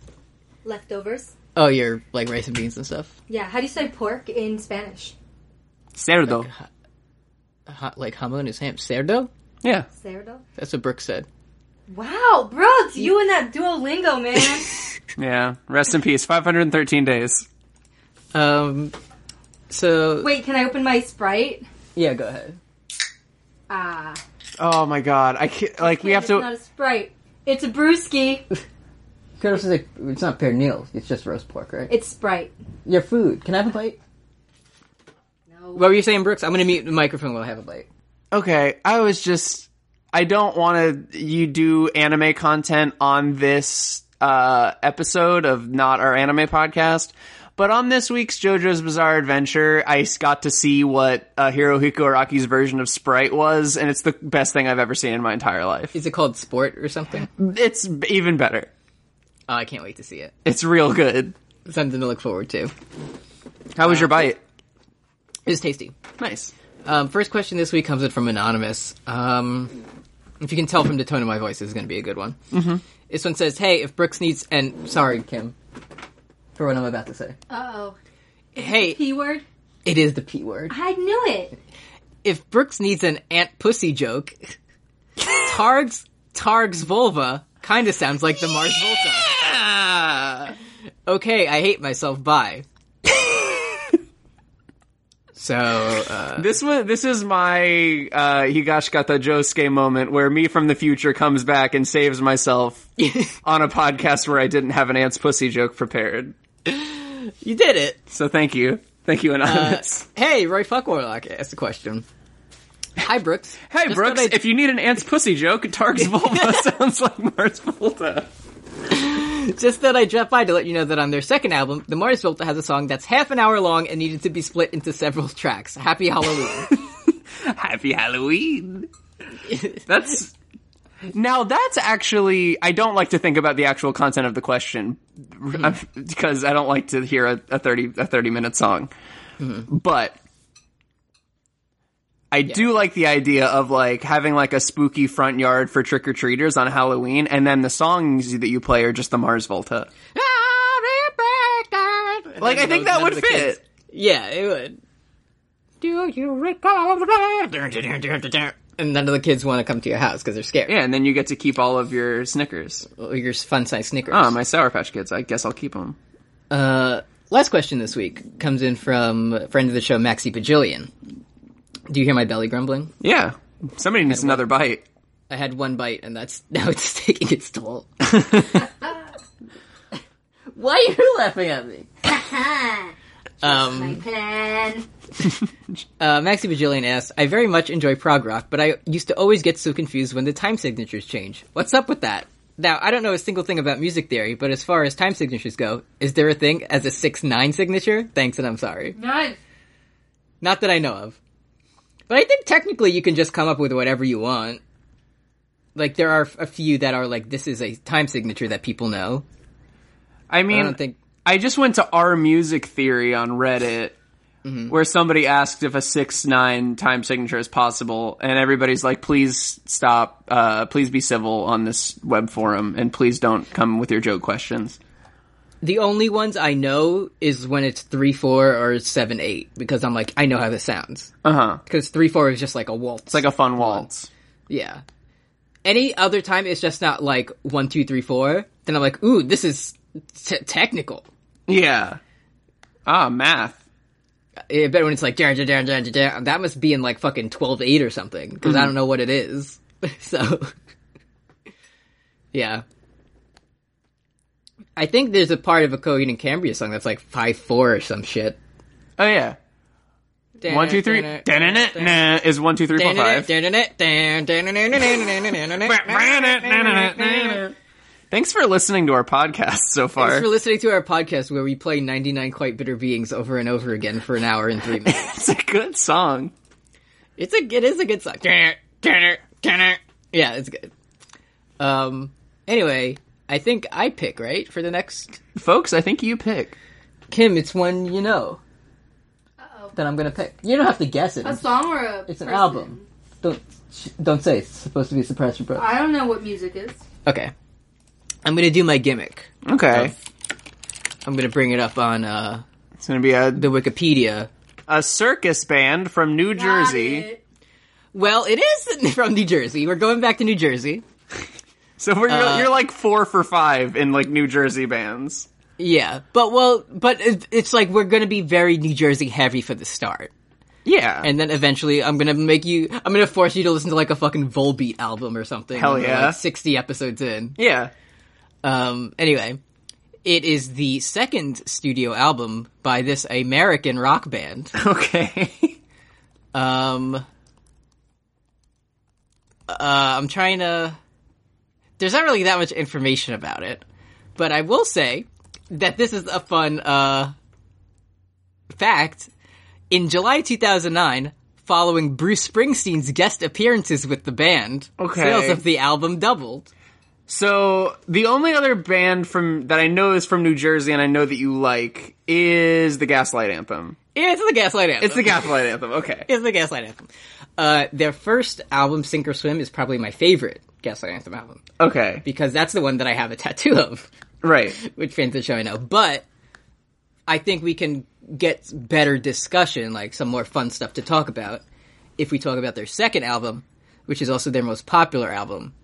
Leftovers.
Oh, you're like rice and beans and stuff.
Yeah. How do you say pork in Spanish?
Cerdo.
uh, Hot, like jamon is ham. Cerdo?
Yeah.
Cerdo.
That's what Brooks said.
Wow, bro, it's you and that Duolingo, man.
Yeah. Rest in peace. 513 days.
Um, so
Wait, can I open my Sprite?
yeah, go ahead.
Ah,
Oh my god. I can't, like we have
it's not
to
a Sprite. It's a brewski.
Curtis is like, it's not pernil. It's just roast pork, right?
It's Sprite.
Your food. Can I have a bite?
No.
What were you saying, Brooks? I'm gonna mute the microphone while I have a bite.
Okay, I was just I don't want to you do anime content on this uh episode of not our anime podcast. But on this week's JoJo's Bizarre Adventure, I s- got to see what uh, Hirohiko Araki's version of Sprite was, and it's the best thing I've ever seen in my entire life.
Is it called sport or something? Oh,
It's b- even better.
I can't wait to see it.
It's real good.
Something to look forward to. It
How was your bite?
was tasty.
Nice.
Um, first question this week comes in from anonymous. Um, if you can tell from the tone of my voice, this is going to be a good one. Mm-hmm. This one says, "Hey, if Brooks needs and sorry, Kim, for what I'm about to say.
Uh oh.
Hey,
P word.
it is the p word.
I knew it.
If Brooks needs an ant pussy joke, Targ's Targ's vulva kind of sounds like the Mars Volta. Okay, I hate myself. Bye." so. Uh,
This was this is my uh, Higashikata Josuke moment where me from the future comes back and saves myself on a podcast where I didn't have an ant's pussy joke prepared.
You did it.
So thank you, thank you, anonymous.
Hey, Roy Fuck Warlock asked a question. Hi, Brooks.
hey
Just
Brooks,
thought I'd-
if you need an ant's pussy joke, Targ's vulva sounds like Mars Volta.
just that I dropped by to let you know that on their second album, The Mars Volta has a song that's half an hour long and needed to be split into several tracks. Happy Halloween.
Happy Halloween. That's now that's actually I don't like to think about the actual content of the question I'm-
Mm-hmm.
because I don't like to hear a, a thirty a thirty minute song,
Mm-hmm.
but. I do like the idea of like having like a spooky front yard for trick or treaters on Halloween, and then the songs that you play are just the Mars Volta. Like I think that would
None of the kids-
fit.
Yeah, it would. Do you recall? the- And none of the kids want to come to your house because they're scared.
Yeah, and then you get to keep all of your Snickers.
Or your fun size Snickers.
Oh, my Sour Patch Kids. I guess I'll keep them.
Uh, last question this week comes in from a friend of the show, Maxi Bajillion. Do you hear my belly grumbling?
Yeah. Somebody needs another bite.
I had one bite, and that's now it's taking its toll. Why are you laughing at me?
Ha.
Um,
my plan.
uh, Maxi Bajillion asks, I very much enjoy prog rock, but I used to always get so confused when the time signatures change. What's up with that? Now, I don't know a single thing about music theory, but as far as time signatures go, is there a thing as a 6-9 signature? Thanks and I'm sorry.
Nice.
Not that I know of. But I think technically you can just come up with whatever you want. Like, there are a few that are like, this is a time signature that people know.
I mean,
I
I,
don't think
just went to our music theory on Reddit where somebody asked if a 6 9 time signature is possible, and everybody's like, please stop. Uh, please be civil on this web forum, and please don't come with your joke questions.
The only ones I know is when it's three four or seven eight because I'm like I know how this sounds
Uh huh.
because three four is just like a waltz.
It's like a fun waltz.
yeah. Any other time it's just not like one two three four. Then I'm like, ooh, this is t- technical.
Yeah. Ah, math.
I bet when it's like "Jar, jar, jar, jar, jar, jar," that must be in like fucking twelve
Mm-hmm.
eight or something because I don't know what it is. so yeah, I think there's a part of a Coheed and Cambria song that's like five four or some shit.
Oh yeah, one two three. Nah is one two three four five.
Thanks
Thanks for listening to our podcast so far.
for listening to our podcast where we play 99 Quite Bitter Beings over and over again for an hour and three minutes.
It's a good song.
It's a it is a good song. Yeah, it's good. Um. Anyway, I think I pick right for the next
Folks, I think you pick.
Kim. It's one you know
Uh-oh.
that I'm gonna pick. You don't have to guess it.
A song or a
It's an
person?
album. Don't sh- don't say it's supposed to be a surprise for both.
I don't know what music is.
Okay, I'm gonna do my gimmick.
Okay.
I'm gonna bring it up on uh,
It's gonna be a
the Wikipedia.
a circus band from New
Got
Jersey.
it.
Well, it is from New Jersey. We're going back to New Jersey.
So we're
Uh,
you're like four for five in like New Jersey bands.
Yeah, but well, but it- it's like we're gonna be very New Jersey heavy for the start.
Yeah.
and then eventually I'm gonna make you. I'm gonna force you to listen to like a fucking Volbeat album or something.
Hell
when we're,
yeah.
Like Sixty episodes in.
yeah.
Um. Anyway, it is the second studio album by this American rock band.
Okay.
Um. Uh, I'm trying to. There's not really that much information about it, but I will say that this is a fun uh fact. In July 2009, following Bruce Springsteen's guest appearances with the band,
Okay.
sales of the album doubled.
so the only other band from that I know is from New Jersey and I know that you like is the Gaslight Anthem.
Yeah, it's the Gaslight Anthem.
It's the Gaslight Anthem. Okay.
It's the Gaslight Anthem. Uh, their first album, Sink or Swim, is probably my favorite Gaslight Anthem album
Okay.
because that's the one that I have a tattoo of.
Right.
which fans are showing up. But I think we can get better discussion, like some more fun stuff to talk about, if we talk about their second album, which is also their most popular album.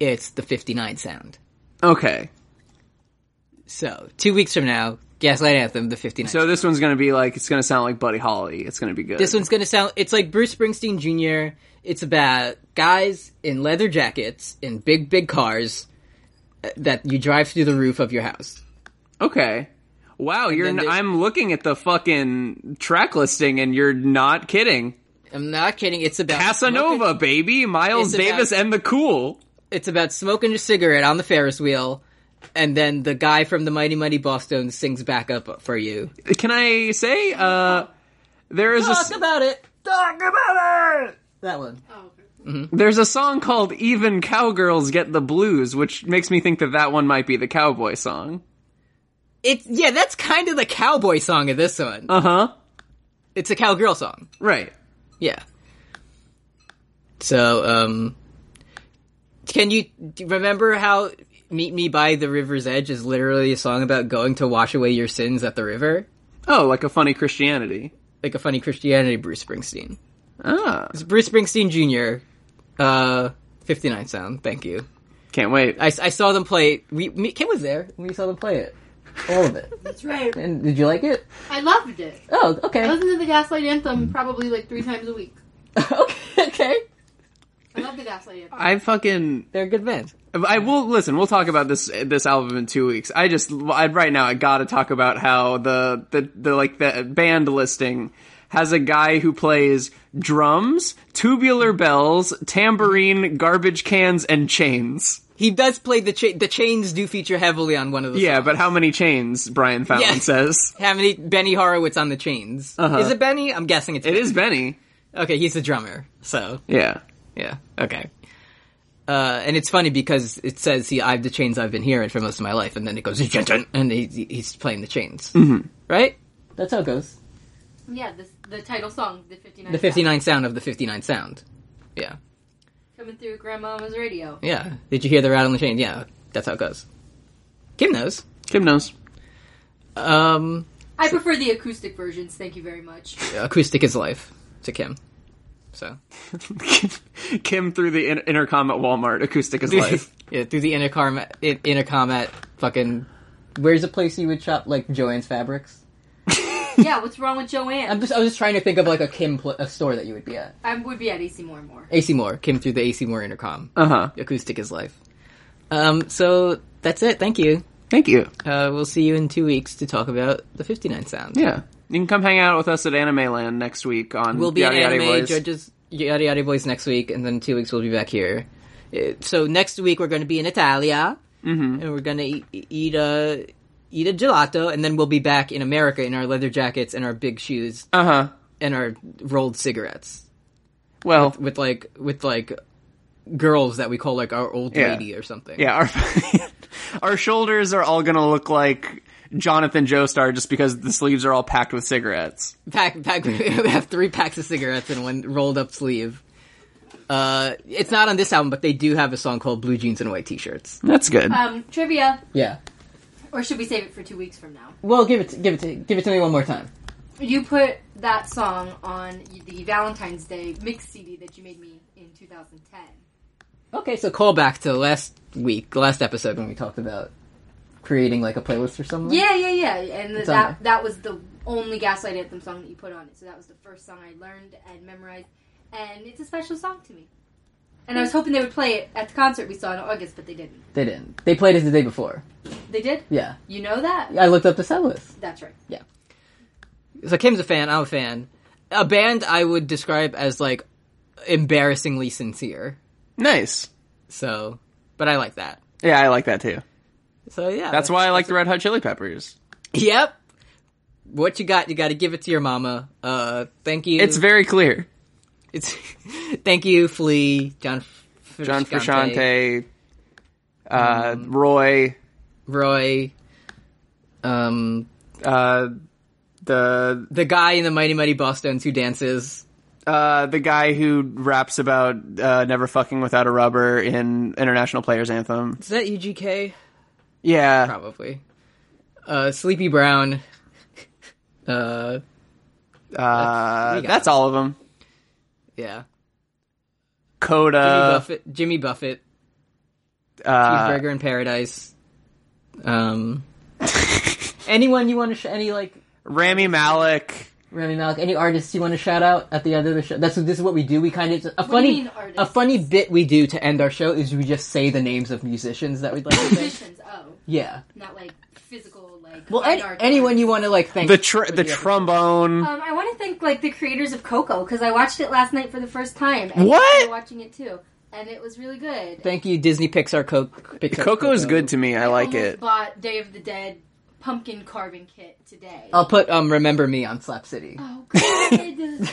It's the 59 sound.
Okay.
So, two weeks from now, Gaslight Anthem, the 59.
So this one's gonna be like it's gonna sound like Buddy Holly. It's gonna be good.
this one's going to sound, it's like Bruce Springsteen Jr. It's about guys in leather jackets in big, big cars uh, that you drive through the roof of your house.
Okay. Wow, you're.
then
n-
there's-
I'm looking at the fucking track listing, and you're not kidding.
I'm not kidding. It's about
Casanova, baby,
It's
Miles
about-
Davis, and the Cool.
it's about smoking a cigarette on the Ferris wheel, and then the guy from the Mighty Mighty Boston sings back up for you.
Can I say? Uh, there is a s-
Talk about it.
Talk about it.
That one.
Oh, okay.
There's a song called "Even Cowgirls Get the Blues," which makes me think that that one might be the cowboy song.
It's yeah, that's kind of the cowboy song of this one.
Uh huh.
It's a cowgirl song.
Right.
Yeah. So, um, can you do you remember how "Meet Me by the River's Edge" is literally a song about going to wash away your sins at the river,
Oh, like a funny Christianity.
like a funny Christianity Bruce Springsteen.
Ah,
It's Bruce Springsteen Jr. Uh, fifty nine sound. Thank you.
can't wait.
I, I saw them play. it. We me, Kim was there. We saw them play it, all of it.
That's right.
And did you like it?
I loved it.
Oh,
I
okay,
listen to the Gaslight Anthem probably like three times a week.
okay, okay.
I love the Gaslight Anthem.
I fucking
They're a good band.
I will listen. We'll talk about this this album in two weeks. I just I, right now I gotta talk about how the the, the like the band listing has a guy who plays drums, tubular bells, tambourine, garbage cans, and chains.
He does play the cha- the chains do feature heavily on one of the
Yeah,
songs.
but how many chains? Brian Fallon
Yeah.
says
How many Benny Horowitz on the chains?
Uh-huh.
Is it Benny? I'm guessing it's
it is Benny.
Okay, he's the drummer. So
Yeah,
yeah, okay. Uh, and it's funny because it says he I've the chains I've been hearing for most of my life, and then it goes and he, he's playing the chains, mm-hmm. right? That's how it goes.
Yeah, this, the title song, the 59.
The fifty nine sound of the fifty nine sound. Yeah.
Coming through Grandmama's radio.
Yeah. Did you hear the rattle on the chain? Yeah, that's how it goes. Kim knows.
Kim knows.
Um,
I prefer the acoustic versions, thank you very much.
acoustic is life to Kim. So
Kim through the in- intercom at Walmart. Acoustic is life.
yeah, through the intercom, at- in- intercom at fucking. Where's a place you would shop like Joanne's Fabrics?
yeah, what's wrong with Joanne?
I'm just I was just trying to think of like a Kim pl- a store that you would be at.
I would be at AC Moore and More.
AC Moore, Kim through the AC Moore intercom.
Uh huh.
Acoustic is life. Um, so that's it. Thank you.
Thank you.
Uh, we'll see you in two weeks to talk about the 59 sound.
Yeah. You can come hang out with us at Anime Land next week on
We'll be
Yada
at
Yada
Anime
Boys.
Judges Yada Yada Boys next week, and then two weeks we'll be back here. Uh, So next week we're going to be in Italia,
Mm-hmm.
and we're going to eat, eat a eat a gelato, and then we'll be back in America in our leather jackets and our big shoes
Uh huh.
and our rolled cigarettes
Well,
with like with like girls that we call like our old
Yeah.
lady or something.
yeah, our our shoulders are all gonna look like Jonathan Joestar just because the sleeves are all packed with cigarettes.
pack pack we have three packs of cigarettes in one rolled up sleeve. Uh, it's not on this album, but they do have a song called "Blue Jeans and White T-Shirts."
That's good.
Um, trivia,
Yeah.
or should we save it for two weeks from now?
Well, give it to, give it to, give it to me one more time.
You put that song on the Valentine's Day mix CD that you made me in 2010.
Okay, so call back to last week, last episode when we talked about creating like a playlist for someone.
Yeah, yeah, yeah. And
It's on there.
that that was the only Gaslight Anthem song that you put on it. So that was the first song I learned and memorized, and it's a special song to me. And I was hoping they would play it at the concert we saw in August, but they didn't.
They didn't. They played it the day before.
They did.
Yeah.
You know that?
I looked up the set list.
That's right.
So Kim's a fan. I'm a fan. A band I would describe as like embarrassingly sincere.
Nice.
So, but I like that.
Yeah, I like that too.
So yeah,
That's why I like the Red Hot Chili Peppers.
Yep. What you got, you got to give it to your mama. Uh, thank you.
It's very clear.
it's thank you, Flea, John, F-
John
Frusciante, Mm-hmm.
Frusciante, uh, Roy,
Roy, um,
uh, the
the guy in the Mighty Mighty Boston's who dances.
uh, the guy who raps about uh, never fucking without a rubber in International Players Anthem.
Is that E UGK?
Yeah,
Probably. Uh, Sleepy Brown. Uh,
uh,
we got
that's
it.
all of them.
yeah. Jimmy
Coda,
Buffett, Jimmy Buffett,
uh,
Cheeseburger in Paradise. Um, anyone you want to sh- any like
Rami Malek.
Remy Malik, any artists you want to shout out at the end of the show? That's this is what we do. We kind of a
do you
funny
mean, artists?
a funny bit we do to end our show is we just say the names of musicians that we'd like to thank.
Musicians. Oh,
yeah.
not like physical like.
Well, an-
anarchists.
anyone you want to like thank
The tr-
for
the
episode.
trombone.
Um, I want to thank like the creators of Coco because I watched it last night for the first time. And
What?
you were watching it too, and it was really good.
Thank you, Disney Pixar Coke. Pixar,
Coco is good to me. I like
almost
it.
Bought Day of the Dead pumpkin carving kit today.
I'll put um Remember Me on Slap City.
Oh God.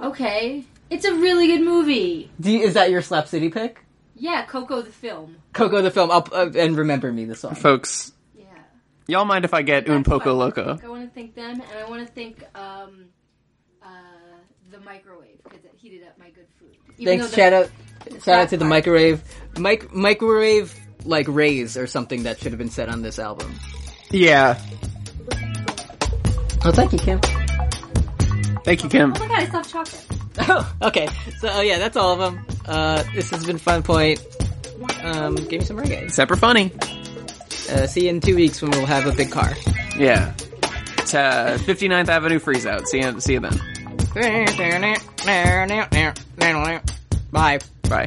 okay, it's a really good movie.
Do you, is that your Slap City pick?
Yeah, Coco the film.
Coco the film. I'll, uh, and Remember Me the song.
Folks,
Yeah.
y'all mind if I get Un
That's who I
Poco
wanna
Loco?
thank. I want to thank them, and I want to thank um, uh, the microwave because it heated up my good food. Even
Thanks.
though the-
Shout out shout out
fat
to the
part-
microwave mic microwave like rays or something that should have been said on this album.
Yeah.
Oh, thank you, Kim.
Thank you, Kim.
Oh my god, I stopped chocolate.
Oh, okay. So, oh yeah, that's all of them. Uh, this has been Fun Point. Um, give me some reggae.
Except for funny.
Uh, see you in two weeks when we'll have a big car.
Yeah. It's uh, 59th Avenue freeze out. See you, see you then.
Bye.
Bye.